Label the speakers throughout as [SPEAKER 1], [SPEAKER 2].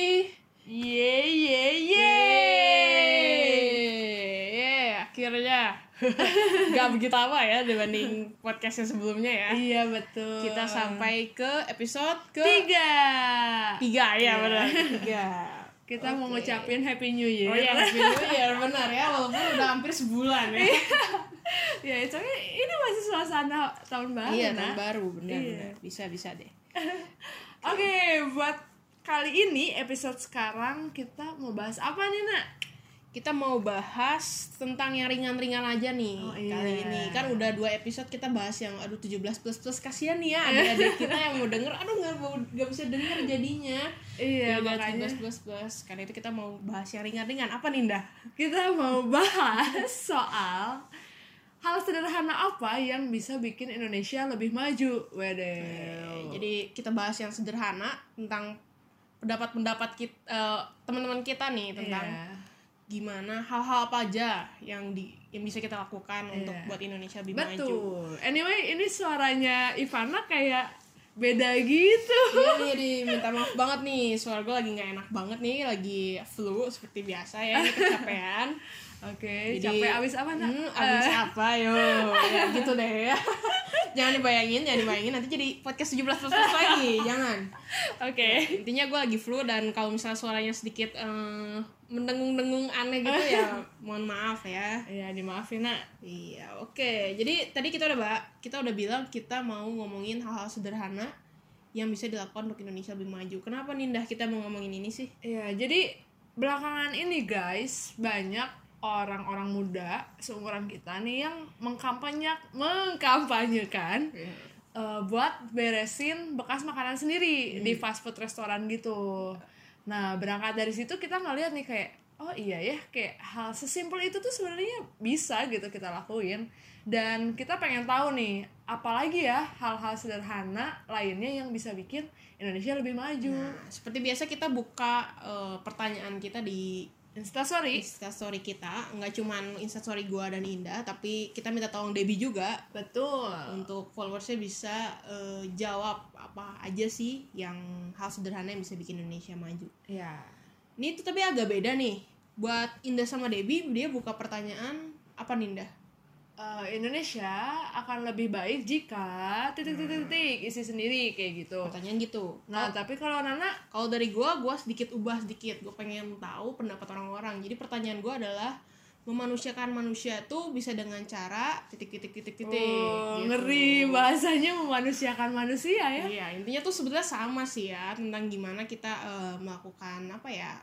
[SPEAKER 1] ya nggak begitu lama ya dibanding podcast yang sebelumnya ya
[SPEAKER 2] Iya betul.
[SPEAKER 1] kita sampai ke episode ke
[SPEAKER 2] tiga. Iya,
[SPEAKER 1] tiga ya benar tiga
[SPEAKER 2] Kita mau ngucapin Happy New Year.
[SPEAKER 1] oh ya happy new year benar ya walaupun udah hampir sebulan ya
[SPEAKER 2] ya itu ini masih suasana tahun baru.
[SPEAKER 1] iya
[SPEAKER 2] nah.
[SPEAKER 1] tahun baru benar
[SPEAKER 2] Iya.
[SPEAKER 1] benar. bisa bisa deh
[SPEAKER 2] Oke, buat kali ini episode sekarang kita mau bahas apa nih nak?
[SPEAKER 1] kita mau bahas tentang yang ringan-ringan aja nih
[SPEAKER 2] Oh, iya.
[SPEAKER 1] kali ini kan udah dua episode kita bahas yang aduh 17 plus plus kasihan nih ya adik-adik kita yang mau denger aduh nggak mau nggak bisa denger jadinya
[SPEAKER 2] Iya
[SPEAKER 1] Gara-gara
[SPEAKER 2] makanya
[SPEAKER 1] 17 plus plus kali itu kita mau bahas yang ringan-ringan apa nih Nda?
[SPEAKER 2] kita mau bahas soal hal sederhana apa yang bisa bikin Indonesia lebih maju, wede.
[SPEAKER 1] Eh, jadi kita bahas yang sederhana tentang pendapat-pendapat kita teman-teman kita nih tentang
[SPEAKER 2] Iya.
[SPEAKER 1] gimana hal-hal apa aja yang di yang bisa kita lakukan untuk
[SPEAKER 2] Iya.
[SPEAKER 1] buat Indonesia lebih maju.
[SPEAKER 2] Betul. Anyway, ini suaranya Ivana kayak beda gitu.
[SPEAKER 1] Iya, nih, jadi minta maaf banget nih suara gue lagi nggak enak banget nih lagi flu seperti biasa ya ini kecapean
[SPEAKER 2] Oke,
[SPEAKER 1] Jadi-
[SPEAKER 2] capek abis apa nak?
[SPEAKER 1] hmm, abis
[SPEAKER 2] Eh,
[SPEAKER 1] apa yo ya gitu deh ya jangan dibayangin jangan dibayangin nanti jadi podcast 17 plus plus lagi jangan
[SPEAKER 2] Oke.
[SPEAKER 1] intinya gue lagi flu dan kalau misalnya suaranya sedikit eh, mendengung-dengung aneh gitu ya mohon maaf ya
[SPEAKER 2] Iya, dimaafin nak.
[SPEAKER 1] Iya, oke. Jadi tadi kita udah ba- kita udah bilang kita mau ngomongin hal-hal sederhana yang bisa dilakukan untuk Indonesia lebih maju. Kenapa Nindah kita mau ngomongin ini sih?
[SPEAKER 2] Iya, jadi belakangan ini guys banyak orang-orang muda seumuran kita nih yang mengkampanyak mengkampanyekan eh, buat beresin bekas makanan sendiri di fast food restoran gitu. Nah, berangkat dari situ kita ngeliat nih kayak oh iya ya kayak hal sesimpel itu tuh sebenarnya bisa gitu kita lakuin dan kita pengen tahu nih apalagi ya hal-hal sederhana lainnya yang bisa bikin Indonesia lebih maju.
[SPEAKER 1] Nah, seperti biasa kita buka eh, pertanyaan kita di
[SPEAKER 2] Instastory
[SPEAKER 1] Instastory kita, nggak cuman Instastory gua dan Indah, tapi kita minta tolong Debbie juga
[SPEAKER 2] Betul.
[SPEAKER 1] untuk followersnya bisa eh, jawab apa aja sih yang hal sederhana yang bisa bikin Indonesia maju.
[SPEAKER 2] Ya.
[SPEAKER 1] Ini tuh tapi agak beda nih. Buat Indah sama Debbie, dia buka pertanyaan apa Ninda?
[SPEAKER 2] Eh, Indonesia akan lebih baik jika titik-titik-titik isi sendiri kayak gitu.
[SPEAKER 1] Pertanyaan gitu.
[SPEAKER 2] Nah,
[SPEAKER 1] Nah,
[SPEAKER 2] tapi kalau Nana
[SPEAKER 1] kalau dari gua, gua sedikit ubah sedikit. Gue pengen tahu pendapat orang-orang. Jadi pertanyaan gua adalah memanusiakan manusia tuh bisa dengan cara titik-titik titik-titik.
[SPEAKER 2] oh,
[SPEAKER 1] gitu.
[SPEAKER 2] ngeri bahasanya memanusiakan manusia ya.
[SPEAKER 1] Iya, intinya tuh sebenarnya sama sih ya tentang gimana kita eh, melakukan apa ya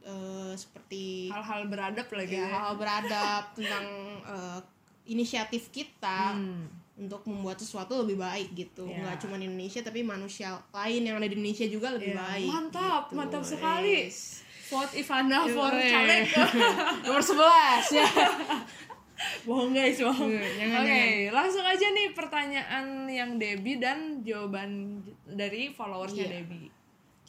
[SPEAKER 1] eh, seperti
[SPEAKER 2] Hal-hal beradab lagi.
[SPEAKER 1] ya, hal beradab tentang eh, inisiatif kita
[SPEAKER 2] Hmm.
[SPEAKER 1] untuk membuat sesuatu lebih baik gitu
[SPEAKER 2] Ya.
[SPEAKER 1] nggak cuma di Indonesia tapi manusia lain yang ada di Indonesia juga lebih
[SPEAKER 2] Ya,
[SPEAKER 1] baik
[SPEAKER 2] mantap,
[SPEAKER 1] gitu.
[SPEAKER 2] mantap sekali.
[SPEAKER 1] Yes.
[SPEAKER 2] Vote Ivana for
[SPEAKER 1] Eh.
[SPEAKER 2] caleg.
[SPEAKER 1] nomor 11 ya
[SPEAKER 2] bohong guys, bohong.
[SPEAKER 1] Eh, jangan,
[SPEAKER 2] Oke, langsung aja nih pertanyaan yang Debbie dan jawaban dari followersnya
[SPEAKER 1] Iya.
[SPEAKER 2] Debbie.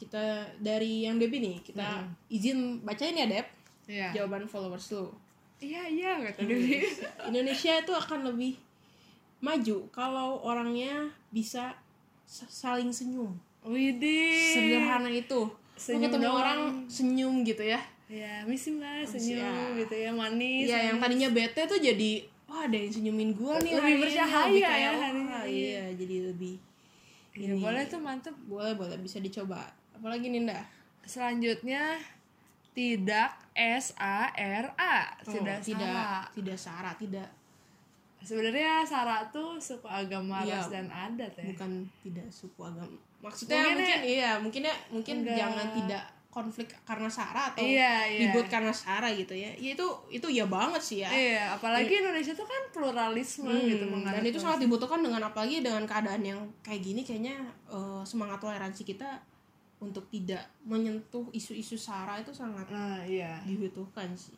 [SPEAKER 1] kita dari yang Debbie nih kita
[SPEAKER 2] Mm-hmm.
[SPEAKER 1] izin bacain ya Deb
[SPEAKER 2] Iya.
[SPEAKER 1] jawaban followers lu
[SPEAKER 2] Iya, iya kata Debbie.
[SPEAKER 1] Indonesia itu akan lebih maju kalau orangnya bisa s- saling senyum
[SPEAKER 2] Widih.
[SPEAKER 1] sederhana itu
[SPEAKER 2] Senyum
[SPEAKER 1] lu ketemu
[SPEAKER 2] doang.
[SPEAKER 1] orang senyum gitu ya
[SPEAKER 2] Ya, misi lah, senyum
[SPEAKER 1] ya.
[SPEAKER 2] gitu ya, manis.
[SPEAKER 1] Iya, yang
[SPEAKER 2] manis.
[SPEAKER 1] tadinya bete tuh jadi wah ada yang senyumin gua nih
[SPEAKER 2] Lebih
[SPEAKER 1] hari ini."
[SPEAKER 2] bercahaya
[SPEAKER 1] Lebih kayak,
[SPEAKER 2] ya hari
[SPEAKER 1] "Wah,
[SPEAKER 2] ini.
[SPEAKER 1] Iya, jadi lebih
[SPEAKER 2] Ya, boleh tuh mantep.
[SPEAKER 1] boleh boleh bisa dicoba. Apalagi Ninda?
[SPEAKER 2] Selanjutnya tidak S A R A,
[SPEAKER 1] Oh,
[SPEAKER 2] tidak
[SPEAKER 1] tidak
[SPEAKER 2] Sarah.
[SPEAKER 1] tidak Sarah, tidak
[SPEAKER 2] Sebenarnya Sarah tuh suku agama
[SPEAKER 1] Iya.
[SPEAKER 2] ras dan adat ya.
[SPEAKER 1] bukan tidak suku agama. Maksudnya
[SPEAKER 2] Mungkin
[SPEAKER 1] mungkin, iya, mungkin ya mungkin
[SPEAKER 2] Enggak.
[SPEAKER 1] jangan tidak konflik karena Sarah atau
[SPEAKER 2] Iya, iya.
[SPEAKER 1] ribut karena Sarah gitu ya. Ya itu itu ya banget sih ya.
[SPEAKER 2] Iya, apalagi Indonesia tuh kan pluralisme gitu
[SPEAKER 1] Hmm,
[SPEAKER 2] mengalir
[SPEAKER 1] dan itu
[SPEAKER 2] ke-
[SPEAKER 1] sangat dibutuhkan dengan apalagi dengan keadaan yang kayak gini kayaknya eh, semangat toleransi kita untuk tidak menyentuh isu-isu sara itu sangat
[SPEAKER 2] Nah, iya.
[SPEAKER 1] dibutuhkan sih.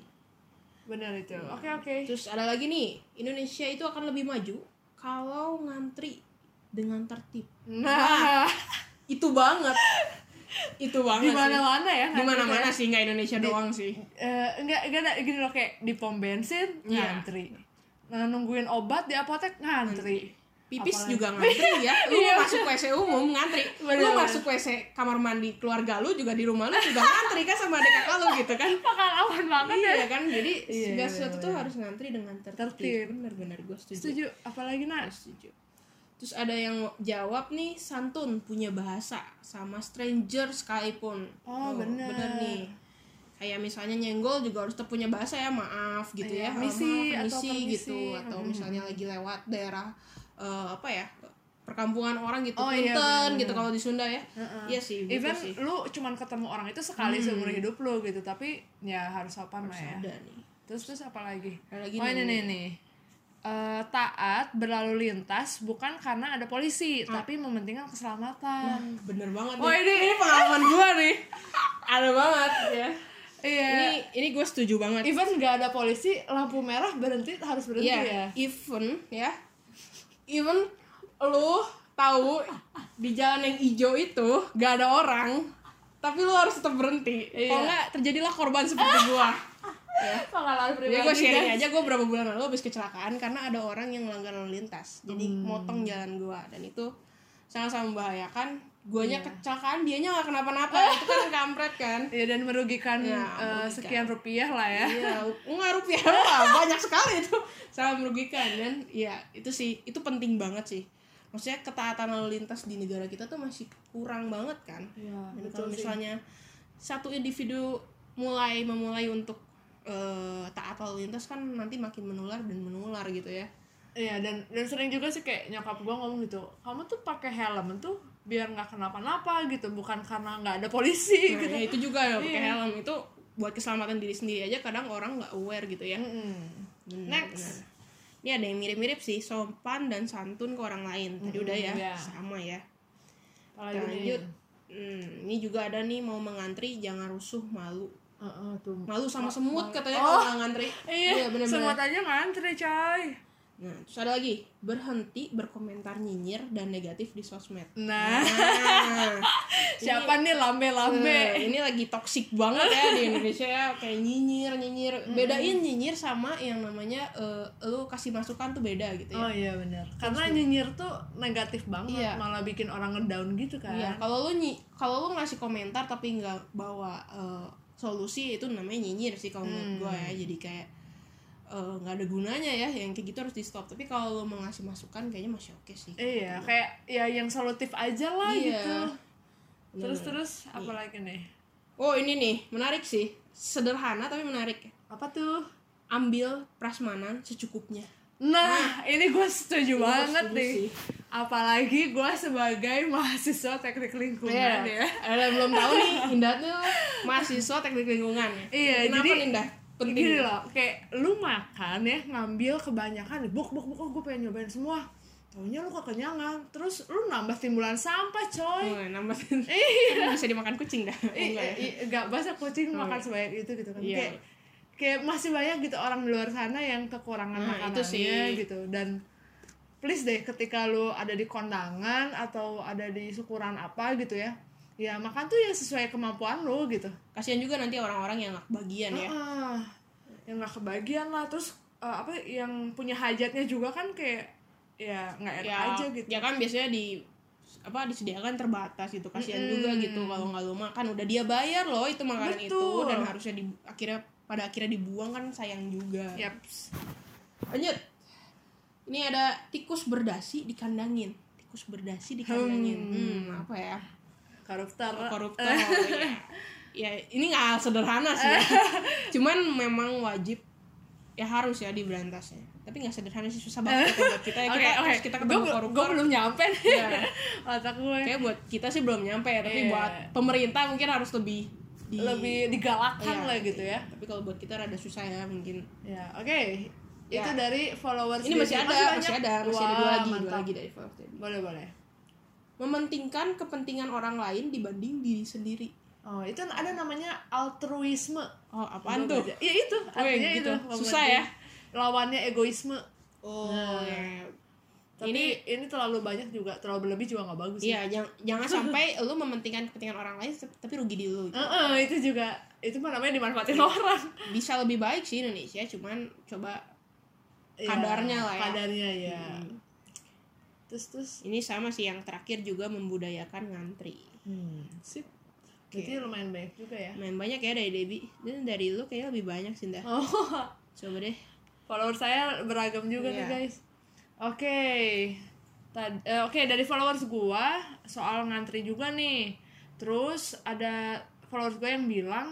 [SPEAKER 2] Benar itu.
[SPEAKER 1] Iya.
[SPEAKER 2] Oke, oke.
[SPEAKER 1] Terus ada lagi nih, Indonesia itu akan lebih maju kalau ngantri dengan tertib.
[SPEAKER 2] Nah,
[SPEAKER 1] Itu banget. itu
[SPEAKER 2] di
[SPEAKER 1] banget.
[SPEAKER 2] mana-mana ya.
[SPEAKER 1] sih. Di mana-mana sih nggak Indonesia doang sih.
[SPEAKER 2] Eh, enggak enggak ada gini loh kayak di pom bensin
[SPEAKER 1] Iya.
[SPEAKER 2] ngantri. Nah, nungguin obat di apotek ngantri.
[SPEAKER 1] pipis
[SPEAKER 2] Apalagi.
[SPEAKER 1] juga ngantri ya lu
[SPEAKER 2] Iya.
[SPEAKER 1] masuk WC umum ngantri lu
[SPEAKER 2] Bener-bener.
[SPEAKER 1] masuk WC kamar mandi keluarga lu juga di rumah lu juga ngantri kan sama adik kakak lu gitu kan
[SPEAKER 2] pengalaman banget ya
[SPEAKER 1] iya kan jadi
[SPEAKER 2] Iya,
[SPEAKER 1] segala
[SPEAKER 2] iya,
[SPEAKER 1] sesuatu tuh harus ngantri dengan tertib
[SPEAKER 2] Tertib.
[SPEAKER 1] bener-bener gue setuju
[SPEAKER 2] setuju apalagi nah
[SPEAKER 1] setuju terus ada yang mau jawab nih santun punya bahasa sama stranger sekalipun
[SPEAKER 2] Oh, bener.
[SPEAKER 1] nih kayak misalnya nyenggol juga harus tetap punya bahasa ya maaf gitu
[SPEAKER 2] Iya,
[SPEAKER 1] ya
[SPEAKER 2] misi atau
[SPEAKER 1] maaf, misi
[SPEAKER 2] permisi.
[SPEAKER 1] gitu atau
[SPEAKER 2] Mm-mm.
[SPEAKER 1] misalnya lagi lewat daerah eh, apa ya perkampungan orang gitu
[SPEAKER 2] Oh, iya,
[SPEAKER 1] punten
[SPEAKER 2] bener-bener.
[SPEAKER 1] gitu kalau di Sunda ya
[SPEAKER 2] Heeh.
[SPEAKER 1] iya sih gitu
[SPEAKER 2] even
[SPEAKER 1] sih
[SPEAKER 2] lu cuman ketemu orang itu sekali
[SPEAKER 1] Hmm.
[SPEAKER 2] seumur hidup lu gitu tapi ya harus sopan lah
[SPEAKER 1] Terus
[SPEAKER 2] ya
[SPEAKER 1] ada nih
[SPEAKER 2] terus terus apa lagi
[SPEAKER 1] Ada lagi
[SPEAKER 2] oh ini
[SPEAKER 1] nih.
[SPEAKER 2] nih nih Eh, taat berlalu lintas bukan karena ada polisi
[SPEAKER 1] Hmm.
[SPEAKER 2] tapi mementingkan keselamatan
[SPEAKER 1] bener banget
[SPEAKER 2] Wah,
[SPEAKER 1] nih.
[SPEAKER 2] ini-
[SPEAKER 1] pengalaman gua nih ada banget ya ini
[SPEAKER 2] iya
[SPEAKER 1] ini gue setuju banget
[SPEAKER 2] even nggak ada polisi lampu merah berhenti harus berhenti
[SPEAKER 1] Iya,
[SPEAKER 2] ya
[SPEAKER 1] even ya. Even lu tahu di jalan yang hijau itu gak ada orang, tapi lu harus tetap berhenti. Kalau
[SPEAKER 2] Iya.
[SPEAKER 1] nggak terjadilah korban seperti gua. Iya,
[SPEAKER 2] pengalaman
[SPEAKER 1] Jadi
[SPEAKER 2] pribadi
[SPEAKER 1] gue sharing
[SPEAKER 2] guys.
[SPEAKER 1] aja gue berapa bulan lalu habis kecelakaan karena ada orang yang melanggar lalu lintas. Jadi motong jalan gua dan itu sangat-sangat membahayakan. Guanya
[SPEAKER 2] Iya.
[SPEAKER 1] kecelakaan, dianya nggak kenapa-napa. itu kan kampret kan.
[SPEAKER 2] Iya, dan merugikan,
[SPEAKER 1] Ya,
[SPEAKER 2] eh,
[SPEAKER 1] merugikan.
[SPEAKER 2] sekian rupiah lah ya
[SPEAKER 1] Iya, enggak rupiah lah, banyak sekali itu sangat merugikan dan ya itu sih itu penting banget sih. Maksudnya ketaatan lalu lintas di negara kita tuh masih kurang banget kan.
[SPEAKER 2] Iya,
[SPEAKER 1] Dan
[SPEAKER 2] betul
[SPEAKER 1] kalau
[SPEAKER 2] sih.
[SPEAKER 1] misalnya satu individu mulai memulai untuk eh, taat lalu lintas kan nanti makin menular dan menular gitu ya.
[SPEAKER 2] Iya dan dan sering juga sih kayak nyokap gue ngomong gitu, kamu tuh pakai helm tuh biar nggak kenapa-napa gitu, bukan karena nggak ada polisi
[SPEAKER 1] Nah,
[SPEAKER 2] gitu.
[SPEAKER 1] ya itu juga ya pakai
[SPEAKER 2] Iya.
[SPEAKER 1] helm itu buat keselamatan diri sendiri aja kadang orang nggak aware gitu ya.
[SPEAKER 2] Mm-mm.
[SPEAKER 1] Benar, benar.
[SPEAKER 2] Next,
[SPEAKER 1] Ini ada yang mirip-mirip sih, sopan dan santun ke orang lain. Tadi
[SPEAKER 2] Mm,
[SPEAKER 1] udah ya,
[SPEAKER 2] iya.
[SPEAKER 1] sama ya.
[SPEAKER 2] apalagi nih?
[SPEAKER 1] Lanjut. Hmm, ini juga ada nih mau mengantri jangan rusuh malu.
[SPEAKER 2] Heeh, tuh.
[SPEAKER 1] Malu sama semut katanya
[SPEAKER 2] Oh.
[SPEAKER 1] kalau nggak ngantri.
[SPEAKER 2] Iya,
[SPEAKER 1] bener-bener.
[SPEAKER 2] semut aja ngantri coy.
[SPEAKER 1] Nah, terus ada lagi berhenti berkomentar nyinyir dan negatif di sosmed.
[SPEAKER 2] Nah, iya.
[SPEAKER 1] Nah,
[SPEAKER 2] siapa nih
[SPEAKER 1] eh,
[SPEAKER 2] lambe-lambe?
[SPEAKER 1] ini lagi toksik banget ya di Indonesia ya kayak nyinyir nyinyir. Bedain nyinyir sama yang namanya eh, lu kasih masukan tuh beda gitu ya.
[SPEAKER 2] Oh iya benar. Karena nyinyir tuh negatif banget,
[SPEAKER 1] Iya.
[SPEAKER 2] malah bikin orang ngedown gitu kan.
[SPEAKER 1] Iya, kalau lu nyi kalau lu ngasih komentar tapi nggak bawa eh, solusi itu namanya nyinyir sih kalau menurut
[SPEAKER 2] Hmm.
[SPEAKER 1] gua ya. Jadi kayak eh, nggak ada gunanya ya yang kayak gitu harus di stop. Tapi kalau lu mau ngasih masukan kayaknya masih oke sih.
[SPEAKER 2] Iya, kayak ya yang solutif aja lah
[SPEAKER 1] Iya.
[SPEAKER 2] gitu.
[SPEAKER 1] Bener.
[SPEAKER 2] Terus-terus apalagi nih?
[SPEAKER 1] Oh, ini nih, menarik sih. Sederhana tapi menarik.
[SPEAKER 2] Apa tuh?
[SPEAKER 1] Ambil prasmanan secukupnya.
[SPEAKER 2] Nah, ini gue setuju banget
[SPEAKER 1] setuju
[SPEAKER 2] nih.
[SPEAKER 1] sih.
[SPEAKER 2] Apalagi gue sebagai mahasiswa teknik lingkungan ya.
[SPEAKER 1] Ada yang belum tahu nih, Indah tuh mahasiswa teknik lingkungan. ya.
[SPEAKER 2] Iya,
[SPEAKER 1] Kenapa
[SPEAKER 2] jadi-
[SPEAKER 1] nih, Indah? Penting.
[SPEAKER 2] Gini loh, kayak lu makan ya, ngambil kebanyakan, buk buk buk, oh, gue pengen nyobain semua. Taunya lu kekenyangan, terus lu nambah timbulan sampah coy.
[SPEAKER 1] Oh, nambahin.
[SPEAKER 2] Iya.
[SPEAKER 1] bisa dimakan kucing dah.
[SPEAKER 2] Ih,
[SPEAKER 1] Enggak ya?
[SPEAKER 2] ih, Enggak, bahasa kucing
[SPEAKER 1] Oh,
[SPEAKER 2] makan
[SPEAKER 1] iya.
[SPEAKER 2] sebanyak itu gitu kan.
[SPEAKER 1] Iya.
[SPEAKER 2] Kayak, kayak masih banyak gitu orang di luar sana yang kekurangan
[SPEAKER 1] Nah,
[SPEAKER 2] makanannya
[SPEAKER 1] itu sih.
[SPEAKER 2] gitu dan please deh ketika lu ada di kondangan atau ada di syukuran apa gitu ya. Ya makan tuh yang sesuai kemampuan lu gitu.
[SPEAKER 1] kasihan juga nanti orang-orang yang nggak kebagian ya
[SPEAKER 2] Heeh. yang nggak kebagian lah terus eh, apa yang punya hajatnya juga kan kayak ya nggak enak
[SPEAKER 1] ya
[SPEAKER 2] aja gitu.
[SPEAKER 1] ya kan biasanya di apa disediakan terbatas gitu kasihan
[SPEAKER 2] Mm-mm.
[SPEAKER 1] juga gitu kalau nggak lo makan udah dia bayar loh itu makanan
[SPEAKER 2] Betul.
[SPEAKER 1] itu dan harusnya di akhirnya pada akhirnya dibuang kan sayang juga
[SPEAKER 2] Yaps.
[SPEAKER 1] lanjut ini ada tikus berdasi dikandangin tikus berdasi dikandangin hmm, apa ya
[SPEAKER 2] Koruptor.
[SPEAKER 1] Oh, koruptor ya. ya ini nggak sederhana sih ya. cuman memang wajib ya harus ya diberantasnya tapi nggak sederhana sih susah banget ya buat kita ya kita terus kita ketemu
[SPEAKER 2] Gua-
[SPEAKER 1] koruptor
[SPEAKER 2] gua belum nyampe nih.
[SPEAKER 1] Iya.
[SPEAKER 2] Otak gue.
[SPEAKER 1] kayak buat kita sih belum nyampe ya tapi
[SPEAKER 2] Iya.
[SPEAKER 1] buat pemerintah mungkin harus lebih di
[SPEAKER 2] lebih digalakkan
[SPEAKER 1] Iya.
[SPEAKER 2] lah gitu ya.
[SPEAKER 1] tapi kalau buat kita rada susah ya mungkin
[SPEAKER 2] Ya, oke.
[SPEAKER 1] Ya.
[SPEAKER 2] Itu dari followers
[SPEAKER 1] ini masih
[SPEAKER 2] Desi.
[SPEAKER 1] ada
[SPEAKER 2] banyak.
[SPEAKER 1] masih ada masih ada
[SPEAKER 2] Wah,
[SPEAKER 1] dua lagi dua
[SPEAKER 2] mantap.
[SPEAKER 1] lagi dari followers tadi.
[SPEAKER 2] Boleh, boleh.
[SPEAKER 1] mementingkan kepentingan orang lain dibanding diri sendiri
[SPEAKER 2] Oh, itu ada namanya altruisme.
[SPEAKER 1] oh apaan
[SPEAKER 2] Gua
[SPEAKER 1] tuh
[SPEAKER 2] baca. Ya itu, artinya
[SPEAKER 1] gitu.
[SPEAKER 2] itu.
[SPEAKER 1] Susah ya.
[SPEAKER 2] Lawannya egoisme.
[SPEAKER 1] oh
[SPEAKER 2] Nah,
[SPEAKER 1] ya.
[SPEAKER 2] Tapi ini, ini terlalu banyak juga, terlalu berlebih juga nggak bagus.
[SPEAKER 1] Iya, jang- jangan sampai lu mementingkan kepentingan orang lain tep- tapi rugi di lu.
[SPEAKER 2] Heeh, itu juga itu mah namanya dimanfaatin orang.
[SPEAKER 1] Bisa lebih baik sih Indonesia, cuman coba
[SPEAKER 2] Iya,
[SPEAKER 1] Kadarnya lah ya.
[SPEAKER 2] Hmm. Kadarnya ya. iya. terus terus
[SPEAKER 1] Ini sama sih yang terakhir juga membudayakan ngantri.
[SPEAKER 2] hmm, sip berarti lumayan banyak juga ya
[SPEAKER 1] Main banyak ya dari Debi. Dan dari lu kayaknya lebih banyak sih Nda.
[SPEAKER 2] oh
[SPEAKER 1] Coba deh.
[SPEAKER 2] follower saya beragam juga nih
[SPEAKER 1] Iya.
[SPEAKER 2] guys oke Tad- eh, oke dari followers gua soal ngantri juga nih terus ada followers gua yang bilang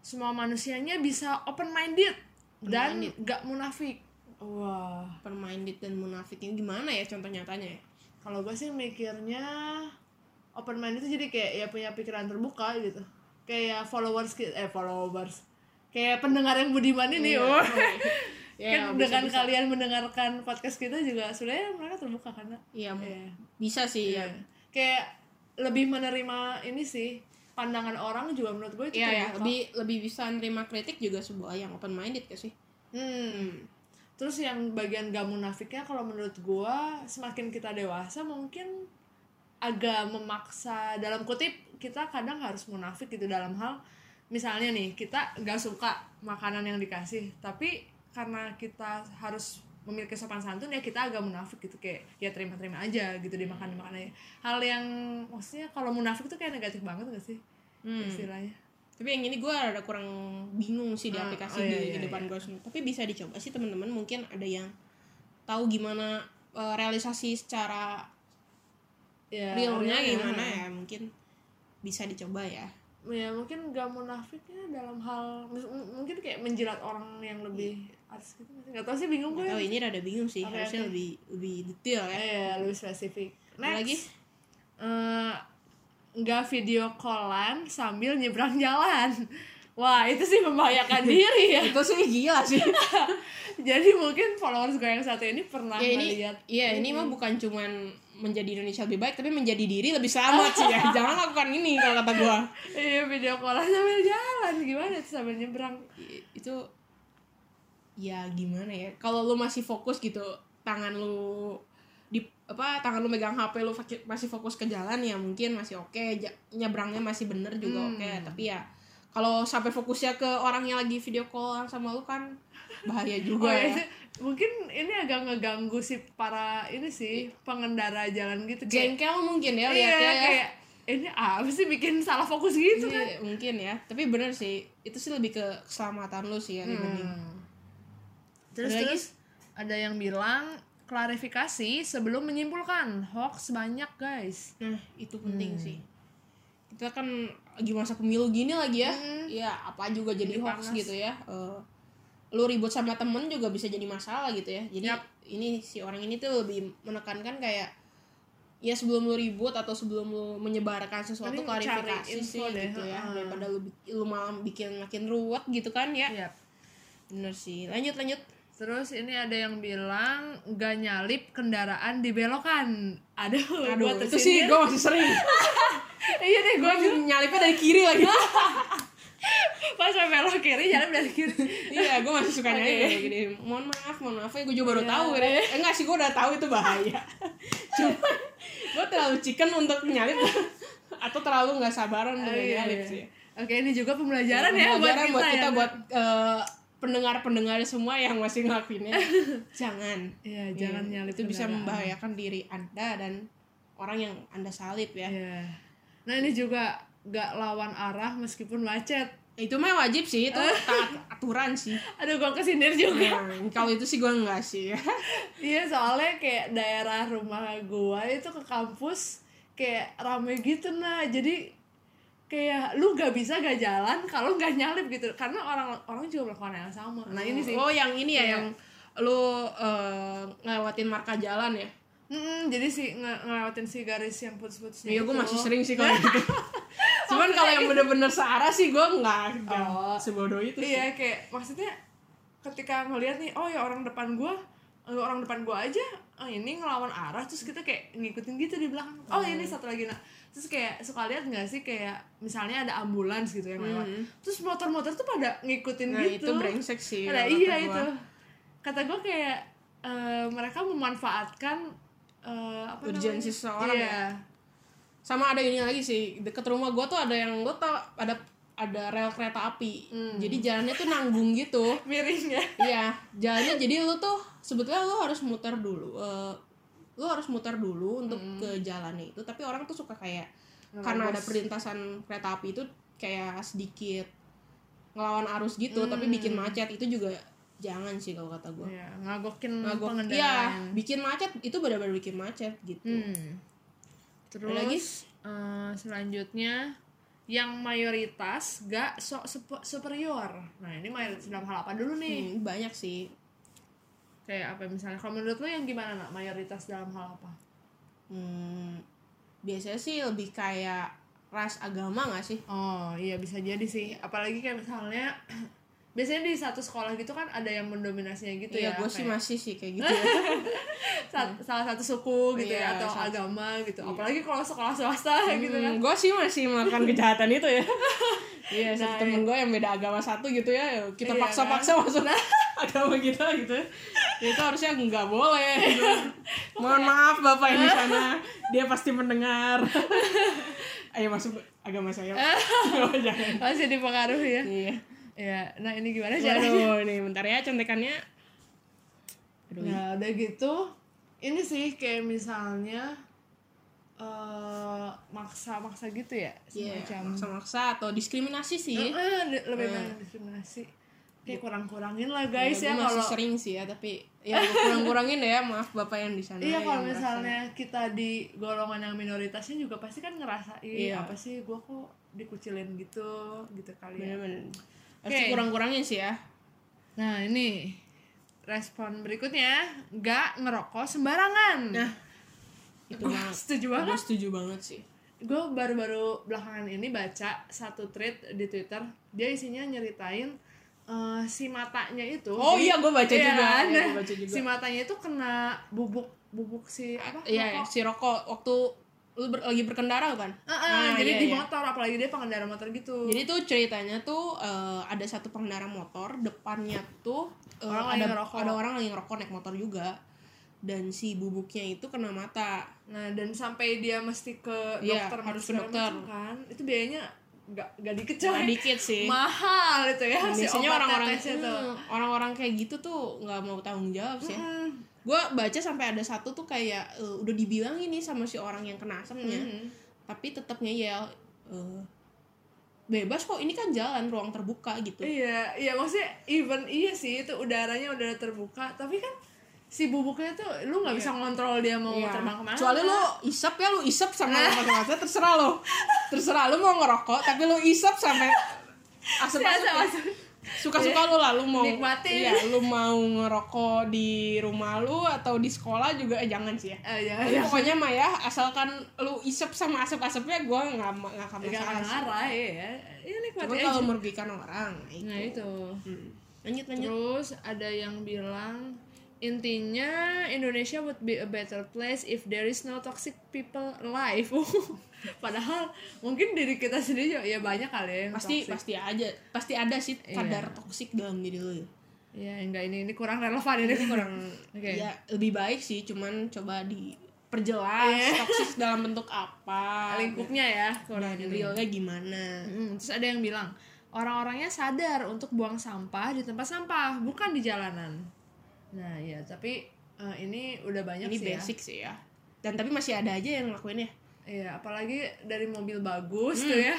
[SPEAKER 2] semua manusianya bisa open minded dan gak munafik wah
[SPEAKER 1] Permained dan munafik ini gimana ya contoh nyatanya ya?
[SPEAKER 2] kalau gue sih mikirnya open mind itu jadi kayak ya punya pikiran terbuka gitu kayak followers ki- eh followers kayak pendengar yang budiman ini oh.
[SPEAKER 1] Ya,
[SPEAKER 2] kan
[SPEAKER 1] bisa,
[SPEAKER 2] dengan
[SPEAKER 1] bisa.
[SPEAKER 2] kalian mendengarkan podcast kita juga sebenarnya mereka terbuka karena
[SPEAKER 1] Iya, mu-
[SPEAKER 2] Iya.
[SPEAKER 1] bisa sih ya.
[SPEAKER 2] kayak lebih menerima ini sih pandangan orang juga menurut gue itu
[SPEAKER 1] Iya ya,
[SPEAKER 2] terbuka.
[SPEAKER 1] lebih lebih bisa nerima kritik juga sebuah yang open minded gak sih?
[SPEAKER 2] Hmm. Terus yang bagian gak munafiknya kalau menurut gua semakin kita dewasa mungkin agak memaksa dalam kutip kita kadang harus munafik gitu dalam hal misalnya nih kita gak suka makanan yang dikasih tapi karena kita harus memiliki sopan santun ya kita agak munafik gitu kayak ya terima-terima aja gitu
[SPEAKER 1] Hmm.
[SPEAKER 2] dimakan dimakan aja hal yang maksudnya kalau munafik tuh kayak negatif banget gak sih
[SPEAKER 1] Hmm.
[SPEAKER 2] istilahnya
[SPEAKER 1] Tapi yang ini gue rada kurang bingung sih di
[SPEAKER 2] Ah, oh
[SPEAKER 1] aplikasi
[SPEAKER 2] iya,
[SPEAKER 1] di
[SPEAKER 2] iya,
[SPEAKER 1] kehidupan gue sendiri. Tapi bisa dicoba sih teman-teman mungkin ada yang tahu gimana eh, realisasi secara
[SPEAKER 2] ya,
[SPEAKER 1] realnya
[SPEAKER 2] orangnya-
[SPEAKER 1] gimana ya mungkin bisa dicoba ya.
[SPEAKER 2] ya mungkin gak munafiknya dalam hal mis- m- mungkin kayak menjilat orang yang lebih
[SPEAKER 1] Iya.
[SPEAKER 2] artis gitu nggak tau sih bingung gue
[SPEAKER 1] Oh ini rada bingung sih
[SPEAKER 2] Oke,
[SPEAKER 1] harusnya
[SPEAKER 2] oke.
[SPEAKER 1] lebih lebih detail ya.
[SPEAKER 2] ya lebih spesifik
[SPEAKER 1] Apa Lagi
[SPEAKER 2] next eh, nggak video callan sambil nyebrang jalan wah itu sih membahayakan diri ya
[SPEAKER 1] itu sih gila sih.
[SPEAKER 2] jadi mungkin followers gue yang satu ini pernah
[SPEAKER 1] ya ini
[SPEAKER 2] melihat
[SPEAKER 1] iya ini mah bukan cuman menjadi Indonesia lebih baik tapi menjadi diri lebih selamat sih ya. Jangan lakukan ini kalau kata gue.
[SPEAKER 2] iya video callan sambil jalan gimana tuh sambil nyebrang
[SPEAKER 1] I- itu ya gimana ya kalau lu masih fokus gitu tangan lu di apa tangan lu megang HP lu faki- masih fokus ke jalan ya mungkin masih oke ja- nyebrangnya masih bener juga
[SPEAKER 2] Hmm.
[SPEAKER 1] oke tapi ya kalau sampai fokusnya ke orang yang lagi video call sama lu kan bahaya
[SPEAKER 2] Oh,
[SPEAKER 1] juga ya
[SPEAKER 2] iya. mungkin ini agak ngeganggu sih para ini sih
[SPEAKER 1] Iya.
[SPEAKER 2] pengendara jalan gitu kayak-
[SPEAKER 1] jengkel mungkin
[SPEAKER 2] Iya,
[SPEAKER 1] ya lihatnya ya.
[SPEAKER 2] kayak ini apa sih bikin salah fokus gitu kan?
[SPEAKER 1] Iya, mungkin ya tapi bener sih itu sih lebih ke keselamatan lu
[SPEAKER 2] Hmm.
[SPEAKER 1] sih ya dibanding
[SPEAKER 2] Terus
[SPEAKER 1] Ada lagi?
[SPEAKER 2] terus ada yang bilang klarifikasi sebelum menyimpulkan hoax banyak guys.
[SPEAKER 1] Nah, itu penting sih. Kita kan lagi masa pemilu gini lagi ya. Ya, apa juga jadi
[SPEAKER 2] Jadi
[SPEAKER 1] hoax
[SPEAKER 2] panas.
[SPEAKER 1] gitu ya. Eh, lu ribut sama temen juga bisa jadi masalah gitu ya. Jadi
[SPEAKER 2] Yap.
[SPEAKER 1] ini si orang ini tuh lebih menekankan kayak ya sebelum lu ribut atau sebelum lu menyebarkan sesuatu
[SPEAKER 2] Mending cari
[SPEAKER 1] klarifikasi sih
[SPEAKER 2] info deh,
[SPEAKER 1] gitu ya
[SPEAKER 2] heeh.
[SPEAKER 1] daripada lu bi- lu malah bikin makin ruwet gitu kan ya.
[SPEAKER 2] Iya.
[SPEAKER 1] Bener sih. Lanjut lanjut.
[SPEAKER 2] Terus ini ada yang bilang gak nyalip kendaraan di belokan. Aduh,
[SPEAKER 1] Aduh,
[SPEAKER 2] gua
[SPEAKER 1] itu sih
[SPEAKER 2] tersindir.
[SPEAKER 1] gue masih sering.
[SPEAKER 2] iya deh,
[SPEAKER 1] gue
[SPEAKER 2] gue
[SPEAKER 1] nyalipnya dari kiri lagi.
[SPEAKER 2] pas sampai belok kiri jalan dari kiri.
[SPEAKER 1] iya gue masih suka nyanyi
[SPEAKER 2] Oke.
[SPEAKER 1] kayak gini mohon maaf mohon maaf ya gue juga baru
[SPEAKER 2] Iya.
[SPEAKER 1] tahu ya eh, enggak sih gue udah tahu itu bahaya cuma gue terlalu chicken untuk nyalip atau terlalu nggak sabaran
[SPEAKER 2] Oh,
[SPEAKER 1] untuk
[SPEAKER 2] iya,
[SPEAKER 1] nyalip
[SPEAKER 2] iya.
[SPEAKER 1] sih
[SPEAKER 2] Oke, ini juga pembelajaran, ya buat
[SPEAKER 1] Iya, Pembelajaran
[SPEAKER 2] kita,
[SPEAKER 1] buat kita,
[SPEAKER 2] ya.
[SPEAKER 1] buat eh, pendengar-pendengar semua yang masih ngelakuinnya jangan
[SPEAKER 2] Iya, jangan
[SPEAKER 1] Iya,
[SPEAKER 2] nyalip
[SPEAKER 1] itu bisa
[SPEAKER 2] kendaraan.
[SPEAKER 1] membahayakan diri anda dan orang yang anda salip ya
[SPEAKER 2] Iya. Nah ini juga gak lawan arah meskipun macet.
[SPEAKER 1] itu mah wajib sih itu taat aturan sih
[SPEAKER 2] Aduh gue kesindir juga.
[SPEAKER 1] Nah, kalau itu sih gue enggak sih
[SPEAKER 2] Iya soalnya kayak daerah rumah gua itu ke kampus kayak rame gitu nah. Jadi kayak lu gak bisa gak jalan kalau gak nyalip gitu. Karena orang-orang juga melakukan yang sama. Nah ini sih.
[SPEAKER 1] Oh, yang ini ya
[SPEAKER 2] Iya.
[SPEAKER 1] yang lu eh, ngelewatin marka jalan ya.
[SPEAKER 2] Mm-mm, jadi sih nge- ngelewatin si garis yang putus-putus.
[SPEAKER 1] Iya,
[SPEAKER 2] gitu.
[SPEAKER 1] gue masih sering sih kalau gitu. Cuman kalau yang bener-bener searah sih gue nggak nggak
[SPEAKER 2] Oh.
[SPEAKER 1] sebodoh itu sih.
[SPEAKER 2] Iya kayak maksudnya ketika ngelihat nih oh ya orang depan gua eh, orang depan gua aja oh, ini ngelawan arah terus kita kayak ngikutin gitu di belakang oh
[SPEAKER 1] Hmm.
[SPEAKER 2] ini satu lagi nah terus kayak suka lihat nggak sih kayak misalnya ada ambulans gitu yang lewat terus motor-motor tuh pada ngikutin
[SPEAKER 1] Hmm. Nah,
[SPEAKER 2] gitu
[SPEAKER 1] itu brengsek sih.
[SPEAKER 2] Nah, iya
[SPEAKER 1] kalau kata
[SPEAKER 2] itu
[SPEAKER 1] gua.
[SPEAKER 2] kata gua kayak eh, mereka memanfaatkan eh, apa
[SPEAKER 1] Urgensi
[SPEAKER 2] namanya?
[SPEAKER 1] seseorang
[SPEAKER 2] iya.
[SPEAKER 1] ya. Sama ada ini lagi sih, deket rumah gue tuh ada yang lo tau ada ada rel kereta api.
[SPEAKER 2] Hmm.
[SPEAKER 1] Jadi jalannya tuh nanggung gitu.
[SPEAKER 2] miringnya
[SPEAKER 1] Iya, jalannya jadi lu tuh sebetulnya lu harus muter dulu eh, lu harus muter dulu untuk
[SPEAKER 2] Hmm.
[SPEAKER 1] ke jalannya itu tapi orang tuh suka kayak karena ada perlintasan kereta api itu kayak sedikit ngelawan arus gitu tapi
[SPEAKER 2] Hmm.
[SPEAKER 1] bikin macet itu juga jangan sih kalau kata gue
[SPEAKER 2] ya, ngagokin
[SPEAKER 1] Ngagok-
[SPEAKER 2] pengendara
[SPEAKER 1] iya
[SPEAKER 2] yang-
[SPEAKER 1] bikin macet itu benar-benar bikin macet gitu
[SPEAKER 2] Hmm. Terus
[SPEAKER 1] Ada lagi?
[SPEAKER 2] eh, selanjutnya yang mayoritas gak sok supe- superior. Nah, ini mayoritas dalam hal apa dulu nih?
[SPEAKER 1] Hmm, banyak sih
[SPEAKER 2] Kayak apa ya, misalnya? Kalau menurut lo yang gimana nak mayoritas dalam hal apa?
[SPEAKER 1] Hmm, biasanya sih lebih kayak ras agama gak sih
[SPEAKER 2] Oh, iya bisa jadi sih. Apalagi kayak misalnya biasanya di satu sekolah gitu kan ada yang mendominasinya gitu ya.
[SPEAKER 1] Iya gue sih
[SPEAKER 2] kayak
[SPEAKER 1] masih sih kayak gitu ya
[SPEAKER 2] sa- salah satu suku gitu
[SPEAKER 1] Iya,
[SPEAKER 2] ya atau
[SPEAKER 1] satu-
[SPEAKER 2] agama gitu. Apalagi kalau sekolah swasta gitu kan.
[SPEAKER 1] gue Hmm, sih masih melakukan kejahatan itu ya iya satu
[SPEAKER 2] Nah,
[SPEAKER 1] temen gue yang beda agama satu gitu ya kita
[SPEAKER 2] Iya,
[SPEAKER 1] paksa-paksa masuk agama kita gitu ya, itu harusnya nggak boleh gitu. mohon maaf bapak yang di sana dia pasti mendengar ayo masuk agama saya
[SPEAKER 2] Iya.
[SPEAKER 1] Pak. jangan
[SPEAKER 2] Masih dipengaruhi ya.
[SPEAKER 1] iya
[SPEAKER 2] Iya. Nah, ini gimana caranya?
[SPEAKER 1] Waduh, nih bentar ya contekannya Aduh,
[SPEAKER 2] Nah, udah gitu, ini sih kayak misalnya eh maksa-maksa gitu ya,
[SPEAKER 1] Iya, Nah.
[SPEAKER 2] semacam
[SPEAKER 1] maksa-maksa atau diskriminasi sih.
[SPEAKER 2] Eh, eh, di- lebih banyak diskriminasi. Kayak kurang-kurangin lah guys ya,
[SPEAKER 1] Ya, gua masih
[SPEAKER 2] kalau
[SPEAKER 1] sering sih ya, tapi ya gua kurang-kurangin deh ya, maaf Bapak yang di sana.
[SPEAKER 2] Iya kalau
[SPEAKER 1] yang
[SPEAKER 2] misalnya kita di golongan yang minoritasnya juga pasti kan ngerasa "Ih,
[SPEAKER 1] Iya.
[SPEAKER 2] apa sih gua kok dikucilin gitu gitu
[SPEAKER 1] merasa-
[SPEAKER 2] kali ya.
[SPEAKER 1] Bener-bener. Harus
[SPEAKER 2] Oke.
[SPEAKER 1] kurang-kurangin sih ya.
[SPEAKER 2] Nah ini respon berikutnya nggak ngerokok sembarangan.
[SPEAKER 1] Nah, itu
[SPEAKER 2] Gua
[SPEAKER 1] banget.
[SPEAKER 2] setuju banget.
[SPEAKER 1] Gue setuju banget sih.
[SPEAKER 2] gue baru-baru belakangan ini baca satu tweet di Twitter dia isinya nyeritain eh, si matanya itu
[SPEAKER 1] Oh
[SPEAKER 2] Jadi-
[SPEAKER 1] iya, gua baca
[SPEAKER 2] Iya
[SPEAKER 1] juga.
[SPEAKER 2] kan?
[SPEAKER 1] Iya, gua baca juga.
[SPEAKER 2] si matanya itu kena bubuk bubuk si apa
[SPEAKER 1] Iya,
[SPEAKER 2] rokok.
[SPEAKER 1] si rokok waktu lu ber- lagi berkendara kan?
[SPEAKER 2] Eh, eh,
[SPEAKER 1] Ah,
[SPEAKER 2] jadi
[SPEAKER 1] iya,
[SPEAKER 2] di
[SPEAKER 1] iya.
[SPEAKER 2] motor apalagi dia pengendara motor gitu
[SPEAKER 1] Jadi tuh ceritanya tuh eh, ada satu pengendara motor depannya tuh eh,
[SPEAKER 2] Orang lagi
[SPEAKER 1] ada
[SPEAKER 2] ngerokok.
[SPEAKER 1] ada orang lagi ngerokok naik motor juga dan si bubuknya itu kena mata.
[SPEAKER 2] nah dan sampai dia mesti ke
[SPEAKER 1] Iya,
[SPEAKER 2] dokter
[SPEAKER 1] harus
[SPEAKER 2] segala
[SPEAKER 1] ke dokter.
[SPEAKER 2] macam kan itu biayanya nggak nggak dikit coy.
[SPEAKER 1] Cuma dikit sih.
[SPEAKER 2] mahal itu ya si
[SPEAKER 1] biasanya
[SPEAKER 2] obat
[SPEAKER 1] orang-orang
[SPEAKER 2] tetesnya tuh.
[SPEAKER 1] Hmm, orang-orang kayak gitu tuh nggak mau tanggung jawab sih ya.
[SPEAKER 2] Mm,
[SPEAKER 1] gue baca sampai ada satu tuh kayak eh, udah dibilangin nih sama si orang yang kena asemnya
[SPEAKER 2] mm.
[SPEAKER 1] tapi tetap ngeyel eh, bebas kok ini kan jalan ruang terbuka gitu
[SPEAKER 2] Iya, iya maksudnya even iya sih itu udaranya udara terbuka, tapi kan si bubuknya tuh lu nggak bisa ngontrol dia mau
[SPEAKER 1] Iya.
[SPEAKER 2] terbang kemana.
[SPEAKER 1] Kecuali lu isep ya lu isep sama yang pakai mata terserah lu. Terserah lu mau ngerokok tapi lu isep sampai asap
[SPEAKER 2] Iya, asap-asap.
[SPEAKER 1] Suka-suka lu lah lu mau
[SPEAKER 2] Nikmatin.
[SPEAKER 1] Iya, lu mau ngerokok di rumah lu atau di sekolah juga eh, jangan sih ya.
[SPEAKER 2] Eh, jangan
[SPEAKER 1] Tapi
[SPEAKER 2] ya.
[SPEAKER 1] pokoknya mah ya asalkan lu isep sama asap-asapnya gua nggak ma- nggak akan
[SPEAKER 2] Gak
[SPEAKER 1] masalah.
[SPEAKER 2] akan
[SPEAKER 1] sih.
[SPEAKER 2] ngarah ya. Iya
[SPEAKER 1] Cuma
[SPEAKER 2] nikmati
[SPEAKER 1] kalau
[SPEAKER 2] aja.
[SPEAKER 1] merugikan orang itu.
[SPEAKER 2] Nah itu.
[SPEAKER 1] Hmm. Lanjut lanjut.
[SPEAKER 2] Terus ada yang bilang intinya Indonesia would be a better place if there is no toxic people alive. Padahal mungkin diri kita sendiri juga- ya banyak kali ya yang
[SPEAKER 1] Pasti
[SPEAKER 2] toxic.
[SPEAKER 1] pasti aja pasti ada sih kadar
[SPEAKER 2] Iya.
[SPEAKER 1] toksik dalam diri lu. ya.
[SPEAKER 2] Ya enggak ini ini kurang relevan ini kurang. Oke.
[SPEAKER 1] ya lebih baik sih cuman coba diperjelas
[SPEAKER 2] Iya.
[SPEAKER 1] toksis dalam bentuk apa
[SPEAKER 2] Lingkupnya ya kurang
[SPEAKER 1] dan
[SPEAKER 2] ini.
[SPEAKER 1] realnya gimana
[SPEAKER 2] Mm, terus ada yang bilang orang-orangnya sadar untuk buang sampah di tempat sampah bukan di jalanan. Nah ya tapi eh, ini udah banyak
[SPEAKER 1] ini
[SPEAKER 2] sih ya.
[SPEAKER 1] basic sih ya dan tapi masih ada aja yang ngelakuin ya
[SPEAKER 2] Iya apalagi dari mobil bagus tuh ya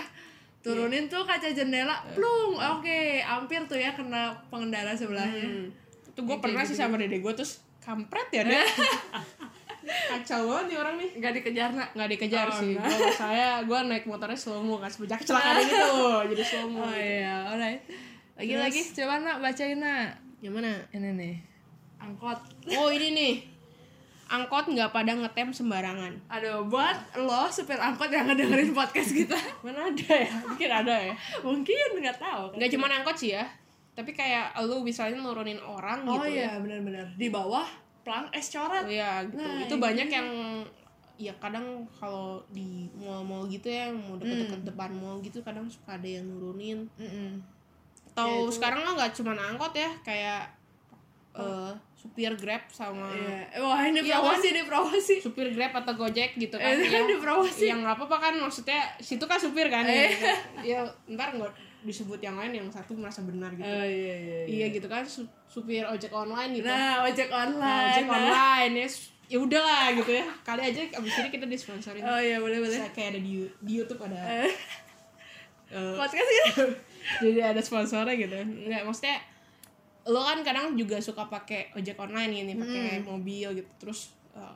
[SPEAKER 2] turunin tuh kaca jendela plung oke hampir tuh ya kena pengendara sebelahnya.
[SPEAKER 1] Hmm. itu
[SPEAKER 2] Iya. Kayak
[SPEAKER 1] gue
[SPEAKER 2] gitu
[SPEAKER 1] pernah sih sama dede gue terus kampret ya deh kacau banget nih orang nih
[SPEAKER 2] Mm. Nggak dikejar nak.
[SPEAKER 1] nggak dikejar
[SPEAKER 2] Oh,
[SPEAKER 1] sih
[SPEAKER 2] enggak.
[SPEAKER 1] Gua saya gue naik motornya slow mo kan semenjak kecelakaan ini tuh jadi slow mo
[SPEAKER 2] Oh iya alright. Lagi lagi coba nak bacain nak
[SPEAKER 1] gimana
[SPEAKER 2] ini nih angkot.
[SPEAKER 1] oh ini nih angkot nggak pada ngetem sembarangan
[SPEAKER 2] Aduh buat lo supir angkot yang ngedengerin podcast kita
[SPEAKER 1] mana ada ya mungkin ada ya
[SPEAKER 2] mungkin nggak tahu. kan?
[SPEAKER 1] nggak cuma angkot sih ya tapi kayak lu misalnya nurunin orang
[SPEAKER 2] Oh
[SPEAKER 1] gitu
[SPEAKER 2] iya benar-benar di bawah pelang es
[SPEAKER 1] ya
[SPEAKER 2] coret.
[SPEAKER 1] Iya, gitu
[SPEAKER 2] Nah,
[SPEAKER 1] itu
[SPEAKER 2] iya.
[SPEAKER 1] banyak yang ya kadang kalau di mall-mall gitu ya yang mau deket-deket
[SPEAKER 2] Hmm.
[SPEAKER 1] depan mall gitu kadang suka ada yang nurunin
[SPEAKER 2] Mm-mm. Ya,
[SPEAKER 1] atau
[SPEAKER 2] itu- Oh.
[SPEAKER 1] sekarang mah nggak cuma angkot ya kayak eh, supir grab sama
[SPEAKER 2] Iya. Wah ini
[SPEAKER 1] Iya,
[SPEAKER 2] promosi di promosi.
[SPEAKER 1] supir grab atau gojek gitu
[SPEAKER 2] Eh,
[SPEAKER 1] kan
[SPEAKER 2] itu kan
[SPEAKER 1] ya.
[SPEAKER 2] dipromosi.
[SPEAKER 1] yang nggak apa-apa kan maksudnya situ kan supir kan
[SPEAKER 2] Eh.
[SPEAKER 1] ya, ya ntar nggak disebut yang lain yang satu merasa benar gitu
[SPEAKER 2] Oh iya iya.
[SPEAKER 1] iya gitu kan su- supir ojek online gitu
[SPEAKER 2] Nah ojek online.
[SPEAKER 1] Nah, ojek online ya ya udahlah gitu ya kali aja abis ini kita disponsorin
[SPEAKER 2] Oh iya boleh boleh.
[SPEAKER 1] Bisa kayak ada di, di YouTube ada
[SPEAKER 2] Eh,
[SPEAKER 1] eh,
[SPEAKER 2] Podcast ini.
[SPEAKER 1] jadi ada sponsornya gitu nggak maksudnya lo kan kadang juga suka pakai ojek online ini
[SPEAKER 2] Hmm.
[SPEAKER 1] pakai mobil gitu terus eh,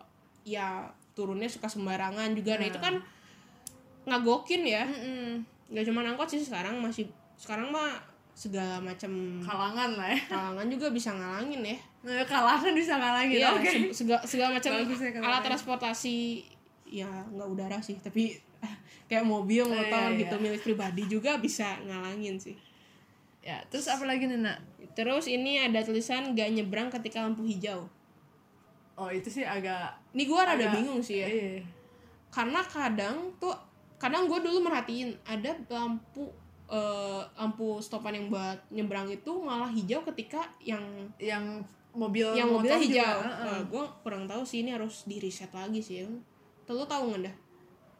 [SPEAKER 1] ya turunnya suka sembarangan juga nah itu
[SPEAKER 2] Hmm.
[SPEAKER 1] kan ngagokin ya
[SPEAKER 2] Mm-mm.
[SPEAKER 1] nggak cuma angkot sih sekarang masih sekarang mah segala macam
[SPEAKER 2] Kalangan lah ya.
[SPEAKER 1] kalangan juga bisa ngalangin ya
[SPEAKER 2] Nah, Kalangan bisa kalangin.
[SPEAKER 1] Iya,
[SPEAKER 2] Oke.
[SPEAKER 1] se- segala, segala macam
[SPEAKER 2] Bagus ya kalau
[SPEAKER 1] alat
[SPEAKER 2] kayak-
[SPEAKER 1] transportasi ya nggak udara sih, tapi kayak mobil,
[SPEAKER 2] iya,
[SPEAKER 1] motor
[SPEAKER 2] iya.
[SPEAKER 1] gitu milik pribadi juga bisa ngalangin sih.
[SPEAKER 2] Ya terus apa lagi nih nak?
[SPEAKER 1] Terus ini ada tulisan gak nyebrang ketika lampu hijau.
[SPEAKER 2] Oh itu sih agak.
[SPEAKER 1] Ini gua rada
[SPEAKER 2] Agak-
[SPEAKER 1] bingung sih ya.
[SPEAKER 2] Iya.
[SPEAKER 1] Karena kadang tuh kadang gue dulu merhatiin ada lampu eh, lampu stopan yang buat nyebrang itu malah hijau ketika yang
[SPEAKER 2] Yang mobil.
[SPEAKER 1] yang
[SPEAKER 2] Eh, motor
[SPEAKER 1] mobilnya
[SPEAKER 2] juga,
[SPEAKER 1] hijau. Hmm.
[SPEAKER 2] heeh.
[SPEAKER 1] gue kurang tahu sih ini harus di reset lagi sih. Lo tahu nggak dah?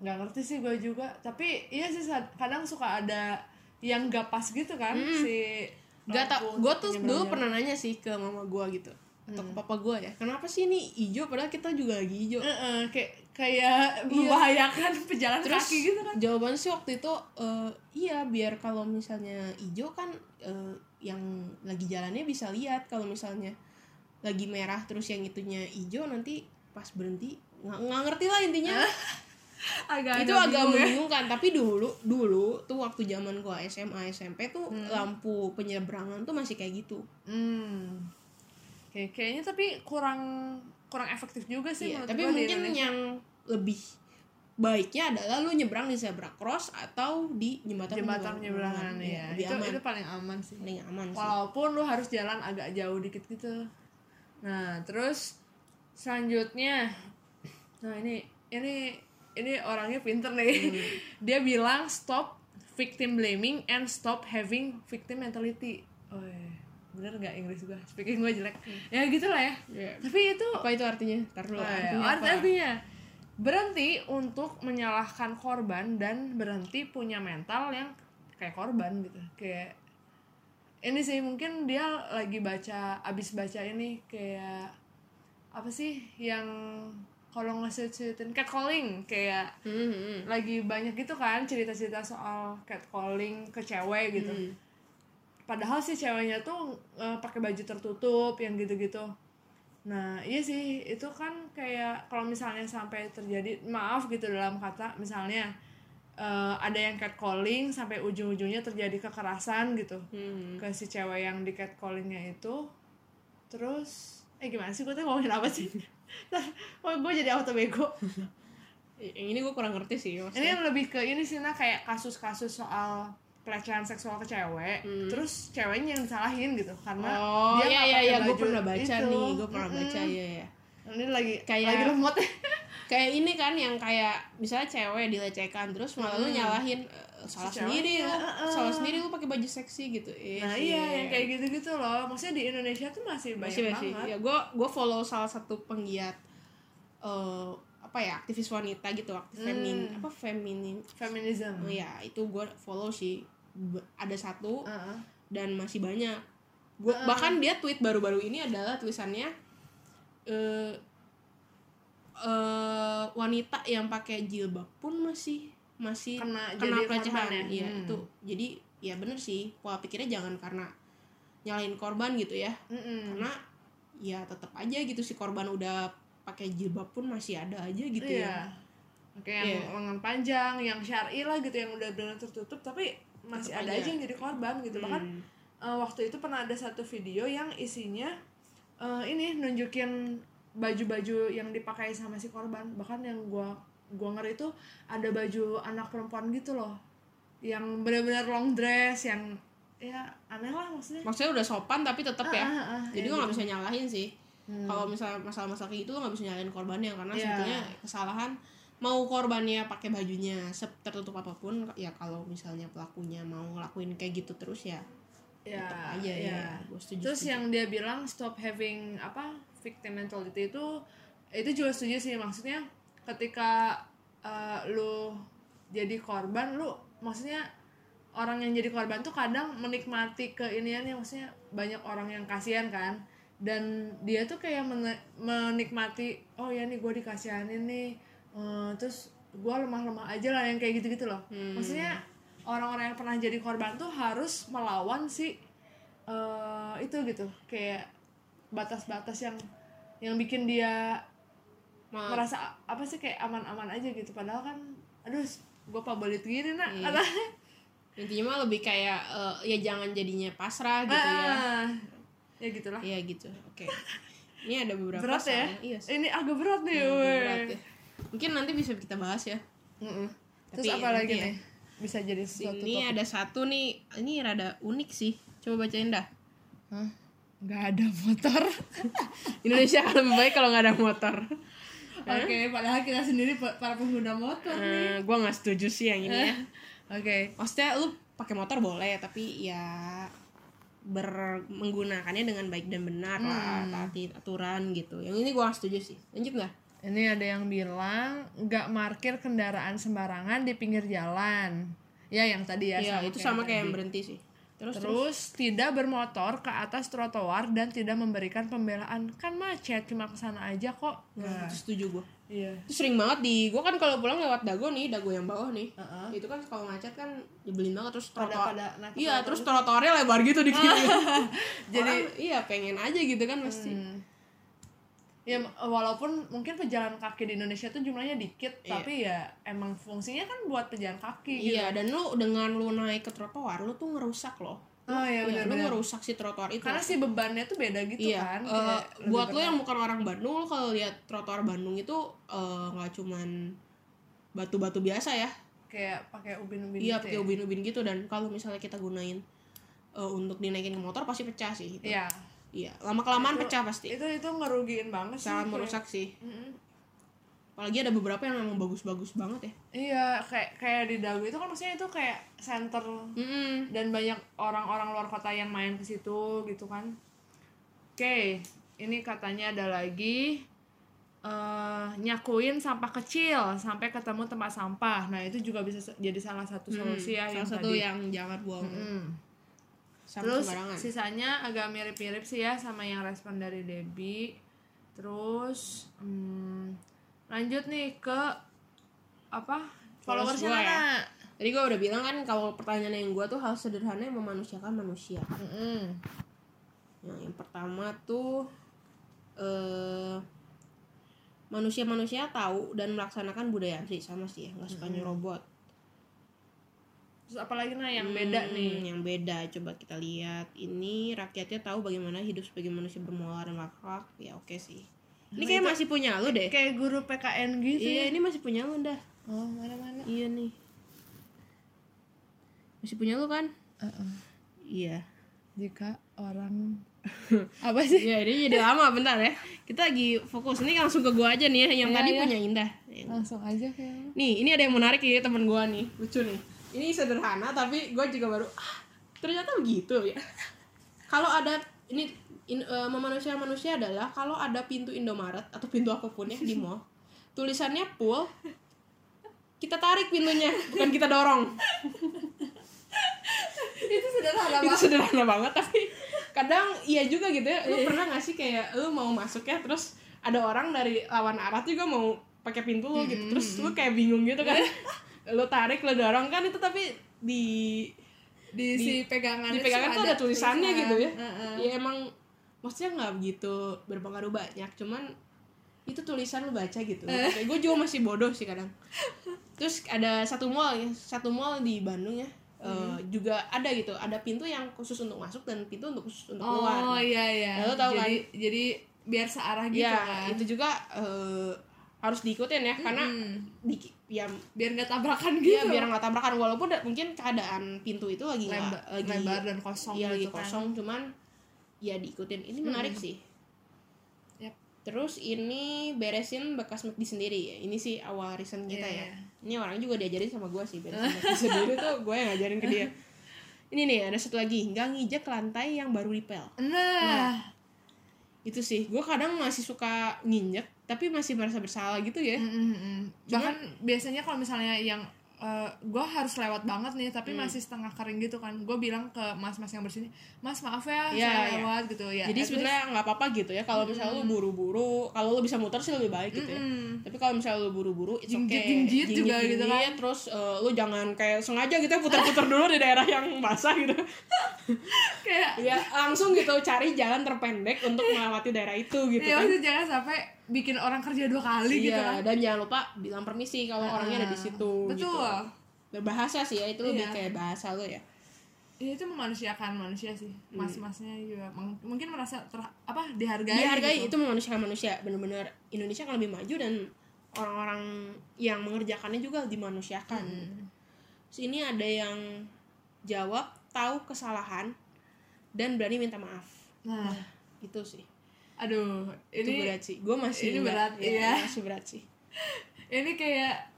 [SPEAKER 2] nggak ngerti sih gue juga tapi iya sih sa- kadang suka ada yang gak pas gitu kan si gitu
[SPEAKER 1] Gak tau,
[SPEAKER 2] lampu
[SPEAKER 1] gue tuh
[SPEAKER 2] penyebrang
[SPEAKER 1] dulu
[SPEAKER 2] jalan.
[SPEAKER 1] pernah nanya sih ke mama gue gitu Atau
[SPEAKER 2] Hmm.
[SPEAKER 1] ke papa gue ya, kenapa sih ini hijau padahal kita juga lagi hijau
[SPEAKER 2] Heeh, kayak kayak membahayakan pejalan
[SPEAKER 1] Iya. Terus
[SPEAKER 2] kaki gitu kan
[SPEAKER 1] jawaban sih waktu itu, eh, iya biar kalau misalnya hijau kan eh, yang lagi jalannya bisa lihat Kalau misalnya lagi merah terus yang itunya hijau nanti pas berhenti nggak nggak ngerti lah intinya
[SPEAKER 2] Ah, agak
[SPEAKER 1] itu agak ya. membingungkan tapi dulu dulu tuh waktu zaman gua SMA SMP tuh lampu penyeberangan tuh masih kayak gitu
[SPEAKER 2] hmm. Kayak- kayaknya tapi kurang kurang efektif juga sih
[SPEAKER 1] Iya,
[SPEAKER 2] menurut
[SPEAKER 1] tapi
[SPEAKER 2] gua di
[SPEAKER 1] mungkin
[SPEAKER 2] Indonesia.
[SPEAKER 1] yang lebih baiknya adalah lu nyebrang di zebra cross atau di jembatan
[SPEAKER 2] jembatan penyeberangan
[SPEAKER 1] penyeberangan. Iya,
[SPEAKER 2] ya
[SPEAKER 1] lebih
[SPEAKER 2] itu
[SPEAKER 1] aman
[SPEAKER 2] itu paling aman sih
[SPEAKER 1] paling aman sih
[SPEAKER 2] walaupun lu harus jalan agak jauh dikit gitu nah terus selanjutnya nah ini ini ini orangnya pinter nih dia bilang stop victim blaming and stop having victim mentality oh bener nggak Inggris gua speaking gua jelek ya gitulah ya
[SPEAKER 1] Iya.
[SPEAKER 2] tapi itu
[SPEAKER 1] apa itu artinya Ntar dulu
[SPEAKER 2] Oh, iya.
[SPEAKER 1] artinya
[SPEAKER 2] Art-
[SPEAKER 1] apa?
[SPEAKER 2] artinya berhenti untuk menyalahkan korban dan berhenti punya mental yang kayak korban gitu kayak ini sih mungkin dia lagi baca abis baca ini kayak apa sih yang kalau ngesucitin catcalling kayak
[SPEAKER 1] Hmm, hmm, hmm.
[SPEAKER 2] lagi banyak gitu kan cerita-cerita soal catcalling ke cewek gitu
[SPEAKER 1] Hmm.
[SPEAKER 2] padahal si ceweknya tuh eh, pakai baju tertutup yang gitu-gitu nah iya sih itu kan kayak kalau misalnya sampai terjadi maaf gitu dalam kata misalnya eh, ada yang catcalling sampai ujung-ujungnya terjadi kekerasan gitu
[SPEAKER 1] Hmm.
[SPEAKER 2] ke si cewek yang di catcallingnya itu terus eh gimana sih gue tuh ngomongin apa sih Wah, gue jadi auto bego
[SPEAKER 1] yang ini gue kurang ngerti sih
[SPEAKER 2] ini
[SPEAKER 1] maksudnya
[SPEAKER 2] yang lebih ke ini sih nah kayak kasus-kasus soal pelecehan seksual ke cewek terus ceweknya yang disalahin gitu karena
[SPEAKER 1] Hmm. oh
[SPEAKER 2] dia
[SPEAKER 1] iya
[SPEAKER 2] nggak
[SPEAKER 1] iya
[SPEAKER 2] pakai
[SPEAKER 1] iya gue
[SPEAKER 2] baju
[SPEAKER 1] pernah baca
[SPEAKER 2] itu.
[SPEAKER 1] nih gue pernah
[SPEAKER 2] Mm-mm.
[SPEAKER 1] baca ya ya
[SPEAKER 2] ini lagi
[SPEAKER 1] Kayak-
[SPEAKER 2] lagi lemot
[SPEAKER 1] kayak ini kan yang kayak misalnya cewek dilecehkan terus malah lu nyalahin eh, salah
[SPEAKER 2] Si cewek,
[SPEAKER 1] sendiri lu
[SPEAKER 2] iya, eh, eh.
[SPEAKER 1] salah sendiri lu pakai baju seksi gitu Eh,
[SPEAKER 2] nah
[SPEAKER 1] sih.
[SPEAKER 2] iya yang kayak gitu-gitu loh maksudnya di Indonesia tuh masih banyak
[SPEAKER 1] masih masih
[SPEAKER 2] banget
[SPEAKER 1] ya gue gue follow salah satu penggiat eh, apa ya aktivis wanita gitu aktif femin
[SPEAKER 2] Hmm.
[SPEAKER 1] apa feminim
[SPEAKER 2] feminism
[SPEAKER 1] Oh ya itu gue follow sih B- ada satu
[SPEAKER 2] Heeh.
[SPEAKER 1] dan masih banyak gua
[SPEAKER 2] Ah.
[SPEAKER 1] bahkan dia tweet baru-baru ini adalah tulisannya eh eh, wanita yang pakai jilbab pun masih masih
[SPEAKER 2] Kena
[SPEAKER 1] Iya. kena
[SPEAKER 2] jadi
[SPEAKER 1] pelecehan
[SPEAKER 2] korban ya?
[SPEAKER 1] Iya,
[SPEAKER 2] Hmm.
[SPEAKER 1] itu jadi ya bener sih pola pikirnya jangan karena nyalain korban gitu ya
[SPEAKER 2] Mm-mm.
[SPEAKER 1] karena ya tetap aja gitu si korban udah pakai jilbab pun masih ada aja gitu
[SPEAKER 2] iya
[SPEAKER 1] ya
[SPEAKER 2] Oke, yang
[SPEAKER 1] Iya.
[SPEAKER 2] lengan panjang, yang syar'i lah gitu, yang udah benar tertutup, tapi masih
[SPEAKER 1] Tetep
[SPEAKER 2] ada
[SPEAKER 1] aja.
[SPEAKER 2] aja yang jadi korban gitu. Bahkan
[SPEAKER 1] Hmm.
[SPEAKER 2] eh, waktu itu pernah ada satu video yang isinya eh, ini nunjukin baju-baju yang dipakai sama si korban. Bahkan yang gua gua ngeri itu ada baju anak perempuan gitu loh, yang benar-benar long dress, yang ya aneh lah maksudnya.
[SPEAKER 1] maksudnya udah sopan tapi tetap ya
[SPEAKER 2] Ah, ah, ah,
[SPEAKER 1] jadi
[SPEAKER 2] ya
[SPEAKER 1] lo nggak
[SPEAKER 2] gitu.
[SPEAKER 1] bisa nyalahin sih
[SPEAKER 2] Hmm.
[SPEAKER 1] kalau misalnya masalah-masalah kayak gitu lo nggak bisa nyalahin korbannya karena
[SPEAKER 2] Iya.
[SPEAKER 1] sebetulnya kesalahan mau korbannya pakai bajunya se- tertutup apapun ya kalau misalnya pelakunya mau ngelakuin kayak gitu terus ya
[SPEAKER 2] ya,
[SPEAKER 1] tetap aja ya,
[SPEAKER 2] ya.
[SPEAKER 1] Gua setuju,
[SPEAKER 2] Terus
[SPEAKER 1] setuju.
[SPEAKER 2] yang dia bilang stop having apa victim mentality itu itu juga setuju sih maksudnya ketika eh, lu jadi korban lu maksudnya orang yang jadi korban tuh kadang menikmati keiniannya maksudnya banyak orang yang kasihan kan dan dia tuh kayak mene- menikmati oh ya nih gue dikasihanin nih eh, terus gue lemah-lemah aja lah yang kayak gitu-gitu loh
[SPEAKER 1] Hmm.
[SPEAKER 2] maksudnya orang-orang yang pernah jadi korban tuh harus melawan si eh, itu gitu kayak batas-batas yang yang bikin dia
[SPEAKER 1] Ma-
[SPEAKER 2] merasa apa sih kayak aman-aman aja gitu padahal kan aduh gue pabelit gini nak
[SPEAKER 1] Iya.
[SPEAKER 2] katanya
[SPEAKER 1] intinya mah lebih kayak eh, ya jangan jadinya pasrah gitu ya
[SPEAKER 2] ah, ya gitulah
[SPEAKER 1] Iya gitu, oke. Ini ada beberapa
[SPEAKER 2] berat ya
[SPEAKER 1] soalnya. Iya, sih,
[SPEAKER 2] ini agak berat nih weh.
[SPEAKER 1] berat ya. Mungkin nanti bisa kita bahas ya.
[SPEAKER 2] Mm-mm. terus
[SPEAKER 1] Tapi
[SPEAKER 2] apa
[SPEAKER 1] nanti
[SPEAKER 2] lagi
[SPEAKER 1] ya.
[SPEAKER 2] nih bisa jadi sesuatu
[SPEAKER 1] Ini ada satu nih, ini rada unik sih. Coba bacain dah.
[SPEAKER 2] Hah? nggak ada motor
[SPEAKER 1] Indonesia akan lebih baik kalau nggak ada motor.
[SPEAKER 2] oke padahal kita sendiri pe- para pengguna motor
[SPEAKER 1] Eh, gua nggak setuju sih yang ini ya.
[SPEAKER 2] oke
[SPEAKER 1] Maksudnya lu pakai motor boleh, tapi ya ber menggunakannya dengan baik dan benar lah, taati aturan gitu. Yang ini gua nggak setuju sih. Lanjut nggak?
[SPEAKER 2] ini ada yang bilang nggak markir kendaraan sembarangan di pinggir jalan ya yang tadi ya,
[SPEAKER 1] Iya,
[SPEAKER 2] sama
[SPEAKER 1] itu
[SPEAKER 2] kayak
[SPEAKER 1] sama
[SPEAKER 2] tadi.
[SPEAKER 1] kayak yang berhenti sih. Terus, terus.
[SPEAKER 2] Terus tidak bermotor ke atas trotoar dan tidak memberikan pembelaan. Kan macet cuma ke sana aja kok.
[SPEAKER 1] Nah, itu setuju gua.
[SPEAKER 2] Iya.
[SPEAKER 1] Itu sering banget di gue kan kalau pulang lewat dago nih dago yang bawah nih itu kan kalau macet kan dibelin banget terus trotoar
[SPEAKER 2] pada nah, naik ke
[SPEAKER 1] iya terus trotoarnya lebar gitu di kiri
[SPEAKER 2] Jadi-
[SPEAKER 1] jadi iya pengen aja gitu kan mesti
[SPEAKER 2] Ya walaupun mungkin pejalan kaki di Indonesia tuh jumlahnya dikit, tapi ya emang fungsinya kan buat pejalan kaki.
[SPEAKER 1] iya dan lu dengan lu naik ke trotoar lu tuh ngerusak loh
[SPEAKER 2] Oh iya
[SPEAKER 1] Iya, lu
[SPEAKER 2] benar-benar.
[SPEAKER 1] ngerusak si trotoar itu
[SPEAKER 2] Karena si bebannya tuh beda gitu
[SPEAKER 1] iya
[SPEAKER 2] kan.
[SPEAKER 1] eh,
[SPEAKER 2] kayak lebih
[SPEAKER 1] buat lu
[SPEAKER 2] berat.
[SPEAKER 1] yang bukan orang Bandung lu kalau lihat trotoar Bandung itu eh, nggak cuman batu-batu biasa ya
[SPEAKER 2] kayak pakai ubin-ubin
[SPEAKER 1] iya
[SPEAKER 2] gitu.
[SPEAKER 1] pakai ubin-ubin gitu dan kalau misalnya kita gunain eh, untuk dinaikin ke motor pasti pecah sih itu.
[SPEAKER 2] Ya.
[SPEAKER 1] Iya, lama kelamaan
[SPEAKER 2] Itu-
[SPEAKER 1] pecah pasti.
[SPEAKER 2] Itu itu ngerugiin banget sih.
[SPEAKER 1] Sangat
[SPEAKER 2] kayak-
[SPEAKER 1] merusak sih.
[SPEAKER 2] Mm-mm.
[SPEAKER 1] Apalagi ada beberapa yang memang bagus-bagus banget ya.
[SPEAKER 2] Iya, kayak kayak di Dago itu kan maksudnya itu kayak center
[SPEAKER 1] Mm-mm.
[SPEAKER 2] dan banyak orang-orang luar kota yang main ke situ gitu kan. Oke, ini katanya ada lagi eh nyakuin sampah kecil sampai ketemu tempat sampah. Nah, itu juga bisa se- jadi salah satu solusi ya yang
[SPEAKER 1] Hmm, Salah satu
[SPEAKER 2] tadi.
[SPEAKER 1] yang jangan buang
[SPEAKER 2] Hmm.
[SPEAKER 1] sampah
[SPEAKER 2] Terus
[SPEAKER 1] sembarangan.
[SPEAKER 2] sisanya agak mirip-mirip sih ya sama yang respon dari Debbie. Terus hmm, lanjut nih ke apa?
[SPEAKER 1] Followers
[SPEAKER 2] Followersnya
[SPEAKER 1] gua ya.
[SPEAKER 2] Nana.
[SPEAKER 1] Tadi gue udah bilang kan kalau pertanyaan yang gue tuh hal sederhana yang memanusiakan manusia.
[SPEAKER 2] Mm-mm.
[SPEAKER 1] Nah, yang pertama tuh eh manusia-manusia tahu dan melaksanakan budaya sih sama sih ya, nggak suka
[SPEAKER 2] Hmm.
[SPEAKER 1] nyerobot.
[SPEAKER 2] Terus apalagi nah yang beda
[SPEAKER 1] Hmm,
[SPEAKER 2] nih.
[SPEAKER 1] yang beda coba kita lihat ini rakyatnya tahu bagaimana hidup sebagai manusia bermoral dan berakhlak ya oke sih ini kayak masih punya lu deh
[SPEAKER 2] Nah, kayak guru PKN gitu
[SPEAKER 1] iya ini masih punya lu dah
[SPEAKER 2] oh mana mana
[SPEAKER 1] iya nih masih punya lu kan iya
[SPEAKER 2] jika orang apa sih
[SPEAKER 1] ya ini jadi lama bentar ya kita lagi fokus ini langsung ke gua aja nih ya yang tadi punya Indah Yang-
[SPEAKER 2] langsung aja kayak
[SPEAKER 1] nih ini ada yang menarik ya temen gua nih lucu nih ini sederhana tapi gua juga baru ah ternyata begitu ya kalau ada ini in- eh, memanusia manusia adalah kalau ada pintu Indomaret atau pintu apapun ya di mall tulisannya pull kita tarik pintunya bukan kita dorong
[SPEAKER 2] itu sederhana
[SPEAKER 1] itu sederhana banget tapi kadang iya juga gitu ya lu pernah gak sih kayak lu mau masuk ya terus ada orang dari lawan arah juga mau pakai pintu lu gitu terus lu kayak bingung gitu kan lu tarik lu dorong kan itu tapi di
[SPEAKER 2] di, si pegangan
[SPEAKER 1] di pegangan tuh ada tulisannya gitu ya
[SPEAKER 2] Heeh.
[SPEAKER 1] ya emang maksudnya nggak begitu berpengaruh banyak cuman itu tulisan lu baca gitu kayak gue juga masih bodoh sih kadang terus ada satu mall ya satu mall di Bandung ya eh, juga ada gitu ada pintu yang khusus untuk masuk dan pintu untuk khusus untuk
[SPEAKER 2] oh
[SPEAKER 1] keluar
[SPEAKER 2] iya iya
[SPEAKER 1] Ya, lu tahu
[SPEAKER 2] jadi jadi biar searah gitu
[SPEAKER 1] ya
[SPEAKER 2] kan
[SPEAKER 1] itu juga eh, harus diikutin ya karena di- ya
[SPEAKER 2] biar nggak tabrakan gitu
[SPEAKER 1] ya biar nggak tabrakan walaupun da- mungkin keadaan pintu itu lagi nggak-
[SPEAKER 2] Lemba-
[SPEAKER 1] lagi
[SPEAKER 2] lebar dan kosong
[SPEAKER 1] iya, lagi
[SPEAKER 2] gitu kan
[SPEAKER 1] kosong cuman ya diikutin ini menarik sih
[SPEAKER 2] Yap.
[SPEAKER 1] terus ini beresin bekas McD sendiri ya ini sih awal recent kita
[SPEAKER 2] Iya, iya.
[SPEAKER 1] ya ini orang juga diajarin sama gue sih beresin McD sendiri tuh gue yang ngajarin ke dia ini nih ada satu lagi nggak ngijek ke lantai yang baru dipel
[SPEAKER 2] nah
[SPEAKER 1] itu sih gue kadang masih suka nginjek tapi masih merasa bersalah gitu ya
[SPEAKER 2] Mm, mm, mm. bahkan biasanya kalau misalnya yang gue harus lewat banget nih tapi
[SPEAKER 1] Mm.
[SPEAKER 2] masih setengah kering gitu kan gue bilang ke mas-mas yang bersini mas maaf ya
[SPEAKER 1] Iya,
[SPEAKER 2] saya
[SPEAKER 1] iya.
[SPEAKER 2] lewat gitu ya
[SPEAKER 1] Jadi
[SPEAKER 2] at least-
[SPEAKER 1] sebenarnya nggak apa-apa gitu ya kalau misalnya lu buru-buru, kalau lu bisa muter sih lebih baik gitu ya. Tapi kalau misalnya lu buru-buru, it's okay.
[SPEAKER 2] Jingjit-jingjit juga gitu kan.
[SPEAKER 1] Jingjit, Terus eh, lu jangan kayak sengaja gitu ya, putar-putar dulu di daerah yang basah gitu.
[SPEAKER 2] kayak
[SPEAKER 1] ya langsung gitu cari jalan terpendek untuk melewati daerah itu gitu
[SPEAKER 2] ya
[SPEAKER 1] kan.
[SPEAKER 2] maksudnya jangan sampai bikin orang kerja dua kali gitu kan Ah, Nah,
[SPEAKER 1] Iya, dan jangan lupa bilang permisi kalau orangnya ada di situ
[SPEAKER 2] betul
[SPEAKER 1] gitu. Dan bahasa sih ya, itu lebih
[SPEAKER 2] Iya.
[SPEAKER 1] kayak bahasa lu ya.
[SPEAKER 2] ya itu memanusiakan manusia sih
[SPEAKER 1] Iya.
[SPEAKER 2] mas-masnya juga meng- mungkin merasa ter apa dihargai
[SPEAKER 1] dihargai
[SPEAKER 2] gitu.
[SPEAKER 1] itu memanusiakan manusia bener-bener Indonesia akan lebih maju dan orang-orang yang mengerjakannya juga dimanusiakan
[SPEAKER 2] Hmm.
[SPEAKER 1] Terus ini ada yang jawab tahu kesalahan dan berani minta maaf
[SPEAKER 2] nah
[SPEAKER 1] itu sih
[SPEAKER 2] aduh
[SPEAKER 1] itu
[SPEAKER 2] ini
[SPEAKER 1] berat sih gue masih
[SPEAKER 2] ini
[SPEAKER 1] nggak-
[SPEAKER 2] berat,
[SPEAKER 1] ya,
[SPEAKER 2] iya.
[SPEAKER 1] masih berat sih
[SPEAKER 2] ini kayak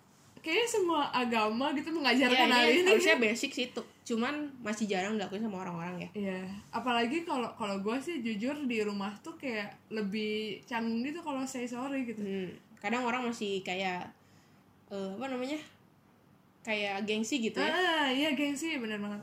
[SPEAKER 2] kayaknya semua agama gitu mengajarkan
[SPEAKER 1] ya,
[SPEAKER 2] hal
[SPEAKER 1] ini
[SPEAKER 2] ini
[SPEAKER 1] harusnya basic sih itu cuman masih jarang dilakuin sama orang-orang ya
[SPEAKER 2] Iya, apalagi kalau kalau gue sih jujur di rumah tuh kayak lebih canggung gitu kalau saya sorry gitu.
[SPEAKER 1] Hmm, kadang orang masih kayak eh, apa namanya kayak gengsi gitu ya
[SPEAKER 2] Ah, iya gengsi bener banget.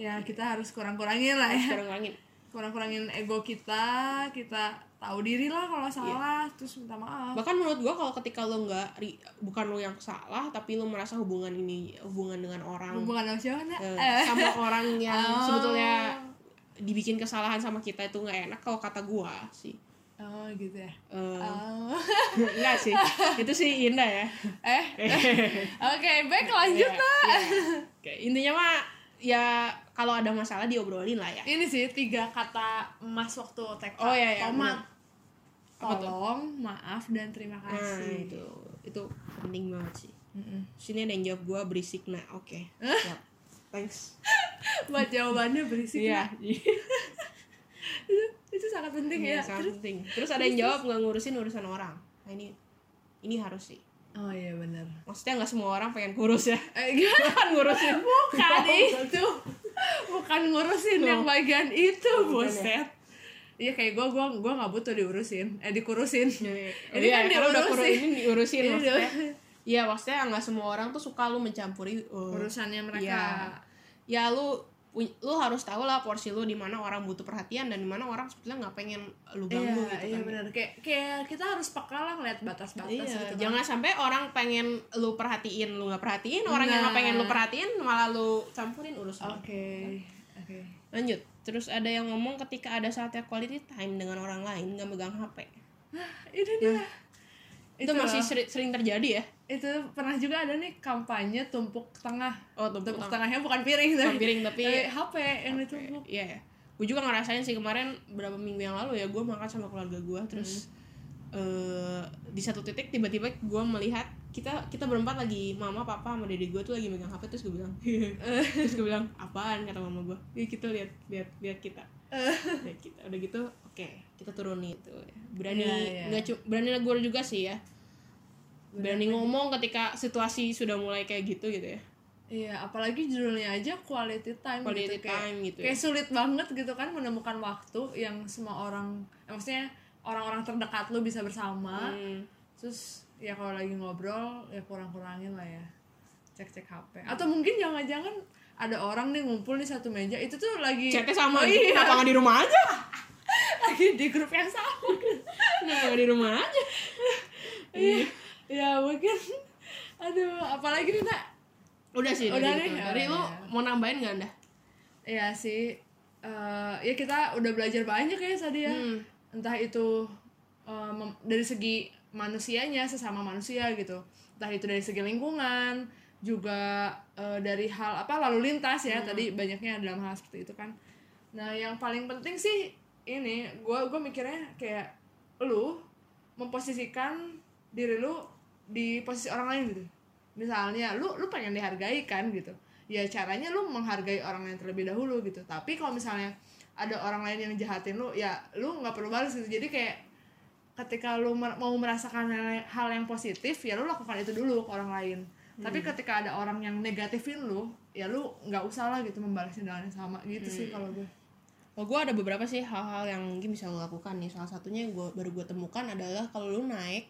[SPEAKER 2] Ya kita harus kurang-kurangin lah ya,
[SPEAKER 1] sekarang angin
[SPEAKER 2] kurang-kurangin ego kita, kita tahu diri lah kalau salah, terus minta maaf.
[SPEAKER 1] bahkan menurut gua kalau ketika lo nggak ri- bukan lo yang salah tapi lo merasa hubungan ini hubungan dengan orang
[SPEAKER 2] Hubungan sama siapa?
[SPEAKER 1] eh,
[SPEAKER 2] Eh,
[SPEAKER 1] sama orang yang
[SPEAKER 2] Oh.
[SPEAKER 1] sebetulnya dibikin kesalahan sama kita itu nggak enak kalau kata gua sih
[SPEAKER 2] oh gitu ya.
[SPEAKER 1] Eh,
[SPEAKER 2] Oh.
[SPEAKER 1] enggak sih itu sih indah ya
[SPEAKER 2] eh, oke baik lanjut
[SPEAKER 1] Iya,
[SPEAKER 2] lah.
[SPEAKER 1] Oke, intinya mah ya kalau ada masalah diobrolin lah ya
[SPEAKER 2] Ini sih tiga kata emas waktu TK.
[SPEAKER 1] Oh, iya, iya,
[SPEAKER 2] Tolong,
[SPEAKER 1] bener. Apa tuh?
[SPEAKER 2] tolong, maaf dan terima
[SPEAKER 1] nah
[SPEAKER 2] kasih.
[SPEAKER 1] itu itu penting banget sih
[SPEAKER 2] Mm-mm.
[SPEAKER 1] sini ada yang jawab gua berisik nah oke Siap. thanks
[SPEAKER 2] buat jawabannya berisik
[SPEAKER 1] Iya.
[SPEAKER 2] Nak. itu, itu sangat penting ya
[SPEAKER 1] Iya, sangat
[SPEAKER 2] terus
[SPEAKER 1] penting. Terus ada yang jawab nggak ngurusin urusan orang. Nah ini ini harus sih.
[SPEAKER 2] oh iya benar
[SPEAKER 1] Maksudnya nggak semua orang pengen ngurus ya.
[SPEAKER 2] eh, gimana?
[SPEAKER 1] Kan ngurusin.
[SPEAKER 2] bukan itu bukan ngurusin yang bagian itu
[SPEAKER 1] ya?
[SPEAKER 2] buset Iya kayak gue gue gue nggak butuh diurusin eh dikurusin
[SPEAKER 1] Ini kan dia
[SPEAKER 2] urusin.
[SPEAKER 1] udah kurusin ini diurusin
[SPEAKER 2] Ini
[SPEAKER 1] maksudnya.
[SPEAKER 2] Iya, diurusin.
[SPEAKER 1] Iya maksudnya nggak semua orang tuh suka lu mencampuri uh,
[SPEAKER 2] urusannya mereka
[SPEAKER 1] Iya. Ya lu pu- lu harus tahu lah porsi lu di mana orang butuh perhatian dan di mana orang sebetulnya nggak pengen lu
[SPEAKER 2] iya
[SPEAKER 1] ganggu gitu
[SPEAKER 2] iya
[SPEAKER 1] kan.
[SPEAKER 2] benar kayak kayak kita harus peka lah ngeliat batas-batas
[SPEAKER 1] Iya,
[SPEAKER 2] gitu kan.
[SPEAKER 1] jangan sampai orang pengen lu perhatiin lu nggak perhatiin, orang yang nggak
[SPEAKER 2] Nah.
[SPEAKER 1] pengen lu perhatiin malah lu campurin urusan.
[SPEAKER 2] oke oke
[SPEAKER 1] Lanjut, terus ada yang ngomong ketika ada saatnya quality time dengan orang lain nggak megang HP.
[SPEAKER 2] Hah, ini dia
[SPEAKER 1] Iya. Itu, masih seri- sering terjadi ya?
[SPEAKER 2] itu pernah juga ada nih kampanye tumpuk tengah
[SPEAKER 1] Oh, tumpuk
[SPEAKER 2] tumpuk
[SPEAKER 1] tangan.
[SPEAKER 2] tengahnya bukan piring tapi
[SPEAKER 1] Bukan piring, tapi-
[SPEAKER 2] Eh, HP yang ditumpuk
[SPEAKER 1] Iya ya. Gue juga ngerasain sih kemarin berapa minggu yang lalu ya gue makan sama keluarga gue terus eh, di satu titik tiba-tiba gue melihat kita kita berempat lagi mama papa sama dede gue tuh lagi megang hp terus gue bilang terus gue bilang apaan kata mama gue ya kita lihat lihat lihat kita
[SPEAKER 2] Eh.
[SPEAKER 1] lihat kita udah gitu oke kita turunin itu berani
[SPEAKER 2] Iya, iya.
[SPEAKER 1] nggak cu- berani negur juga sih ya berani ngomong ketika situasi sudah mulai kayak gitu gitu ya
[SPEAKER 2] iya apalagi judulnya aja quality time
[SPEAKER 1] Quality
[SPEAKER 2] gitu, kayak,
[SPEAKER 1] time gitu ya.
[SPEAKER 2] kayak sulit banget gitu kan menemukan waktu yang semua orang eh, maksudnya orang-orang terdekat lu bisa bersama
[SPEAKER 1] Hmm.
[SPEAKER 2] terus ya kalau lagi ngobrol ya kurang-kurangin lah ya cek-cek HP atau mungkin jangan-jangan ada orang nih ngumpul di satu meja itu tuh lagi
[SPEAKER 1] chatnya sama gitu.
[SPEAKER 2] Oh iya,
[SPEAKER 1] kenapa nggak di rumah aja
[SPEAKER 2] lagi di grup yang sama
[SPEAKER 1] kenapa nggak di rumah aja
[SPEAKER 2] Iya, ya mungkin aduh apalagi nih nak
[SPEAKER 1] udah sih
[SPEAKER 2] Udah
[SPEAKER 1] dari
[SPEAKER 2] deh.
[SPEAKER 1] itu. dari lu
[SPEAKER 2] Oh, iya.
[SPEAKER 1] mau nambahin nggak anda
[SPEAKER 2] ya sih eh, ya kita udah belajar banyak ya tadi ya
[SPEAKER 1] Hmm.
[SPEAKER 2] entah itu eh, mem- dari segi manusianya sesama manusia gitu entah itu dari segi lingkungan juga eh, dari hal apa lalu lintas ya tadi banyaknya dalam hal seperti itu kan nah yang paling penting sih ini gue gue mikirnya kayak lu memposisikan diri lu di posisi orang lain gitu misalnya lu lu pengen dihargai kan gitu ya caranya lu menghargai orang lain terlebih dahulu gitu tapi kalau misalnya ada orang lain yang jahatin lu ya lu nggak perlu balas gitu jadi kayak ketika lu mer- mau merasakan hal- hal yang positif ya lu lakukan itu dulu ke orang lain tapi ketika ada orang yang negatifin lu ya lu nggak usah lah gitu membalasnya dengan yang sama gitu sih kalau gue
[SPEAKER 1] Oh, gue ada beberapa sih hal-hal yang mungkin bisa lo lakukan nih. Salah satunya yang gua, baru gue temukan adalah kalau lo naik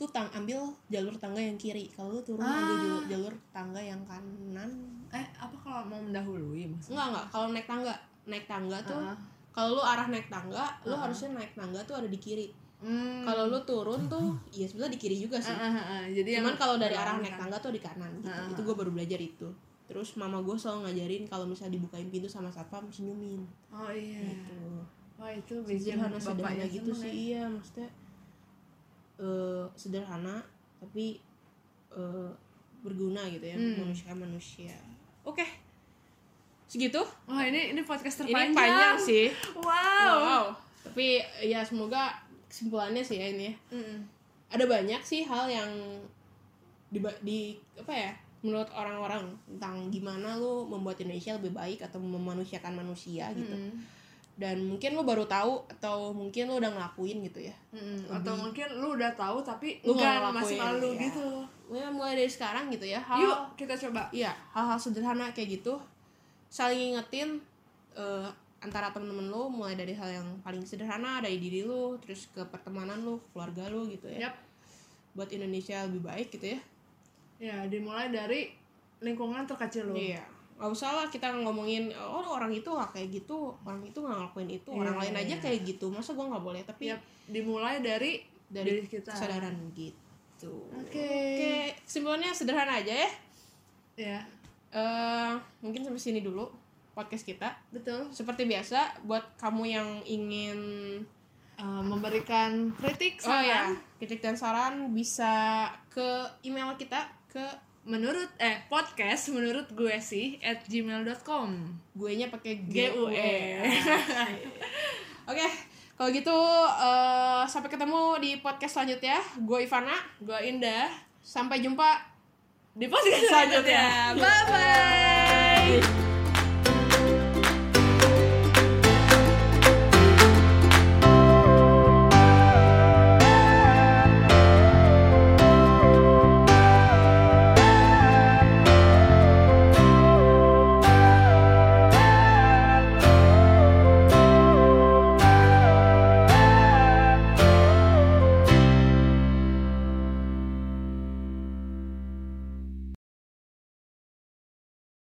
[SPEAKER 1] tuh tang ambil jalur tangga yang kiri kalau lu turun ambil
[SPEAKER 2] Ah.
[SPEAKER 1] jalur, jalur tangga yang kanan
[SPEAKER 2] eh apa kalau mau mendahului maksudnya
[SPEAKER 1] enggak enggak kalau naik tangga naik tangga tuh
[SPEAKER 2] Ah.
[SPEAKER 1] kalau lu arah naik tangga lu
[SPEAKER 2] Ah.
[SPEAKER 1] harusnya naik tangga tuh ada di kiri
[SPEAKER 2] Hmm.
[SPEAKER 1] kalau lu turun tuh ya sebenarnya di kiri juga sih
[SPEAKER 2] Ah, ah, ah, ah. jadi yang
[SPEAKER 1] cuman kalau dari arah
[SPEAKER 2] berlawanan.
[SPEAKER 1] naik tangga tuh di kanan gitu.
[SPEAKER 2] Ah.
[SPEAKER 1] itu gue baru belajar itu terus mama gue selalu ngajarin kalau misalnya dibukain pintu sama satpam senyumin
[SPEAKER 2] oh iya
[SPEAKER 1] gitu
[SPEAKER 2] wah itu bikin
[SPEAKER 1] sederhana sederhana
[SPEAKER 2] bapaknya
[SPEAKER 1] gitu
[SPEAKER 2] seneng
[SPEAKER 1] sih
[SPEAKER 2] ya.
[SPEAKER 1] iya maksudnya eh, sederhana tapi eh, berguna gitu ya
[SPEAKER 2] Hmm.
[SPEAKER 1] manusia manusia oke segitu
[SPEAKER 2] wah ini ini podcast terpanjang
[SPEAKER 1] ini panjang sih
[SPEAKER 2] wow,
[SPEAKER 1] tapi ya semoga kesimpulannya sih ya ini ya
[SPEAKER 2] Mm.
[SPEAKER 1] ada banyak sih hal yang di, di apa ya menurut orang-orang tentang gimana lu membuat Indonesia lebih baik atau memanusiakan manusia gitu
[SPEAKER 2] Mm.
[SPEAKER 1] dan mungkin lu baru tahu atau mungkin lu udah ngelakuin gitu ya
[SPEAKER 2] Mm. atau
[SPEAKER 1] Lebih-
[SPEAKER 2] mungkin lu udah tahu tapi
[SPEAKER 1] Lu nggak
[SPEAKER 2] enggak masih
[SPEAKER 1] ngelakuin,
[SPEAKER 2] malu
[SPEAKER 1] iya.
[SPEAKER 2] gitu
[SPEAKER 1] ya mulai dari sekarang gitu ya hal
[SPEAKER 2] yuk kita coba
[SPEAKER 1] iya hal-hal sederhana kayak gitu saling ngingetin eh, antara temen-temen lu mulai dari hal yang paling sederhana dari diri lu terus ke pertemanan lu keluarga lu gitu ya
[SPEAKER 2] Yap.
[SPEAKER 1] buat Indonesia lebih baik gitu ya
[SPEAKER 2] ya dimulai dari lingkungan terkecil lu
[SPEAKER 1] Iya, nggak usah lah kita ngomongin oh orang itu nggak kayak gitu, orang itu nggak ngelakuin itu, orang
[SPEAKER 2] Iya,
[SPEAKER 1] lain aja
[SPEAKER 2] iya.
[SPEAKER 1] kayak gitu, masa gue nggak boleh? Tapi
[SPEAKER 2] Yap, dimulai dari
[SPEAKER 1] dari
[SPEAKER 2] diri kita
[SPEAKER 1] kesadaran gitu.
[SPEAKER 2] Oke.
[SPEAKER 1] Oke, kesimpulannya sederhana aja ya.
[SPEAKER 2] ya
[SPEAKER 1] Eh, mungkin sampai sini dulu podcast kita.
[SPEAKER 2] betul
[SPEAKER 1] Seperti biasa, buat kamu yang ingin
[SPEAKER 2] Eh, memberikan kritik
[SPEAKER 1] oh
[SPEAKER 2] saran
[SPEAKER 1] ya kritik dan saran bisa ke email kita ke
[SPEAKER 2] menurut eh podcast menurut gue sih at gmail.com
[SPEAKER 1] gue nya pakai
[SPEAKER 2] G U E.
[SPEAKER 1] Oke, kalau gitu eh, sampai ketemu di podcast selanjutnya. Gue Ivana,
[SPEAKER 2] gue Indah
[SPEAKER 1] sampai jumpa
[SPEAKER 2] di podcast
[SPEAKER 1] Selanjutnya.
[SPEAKER 2] selanjutnya bye bye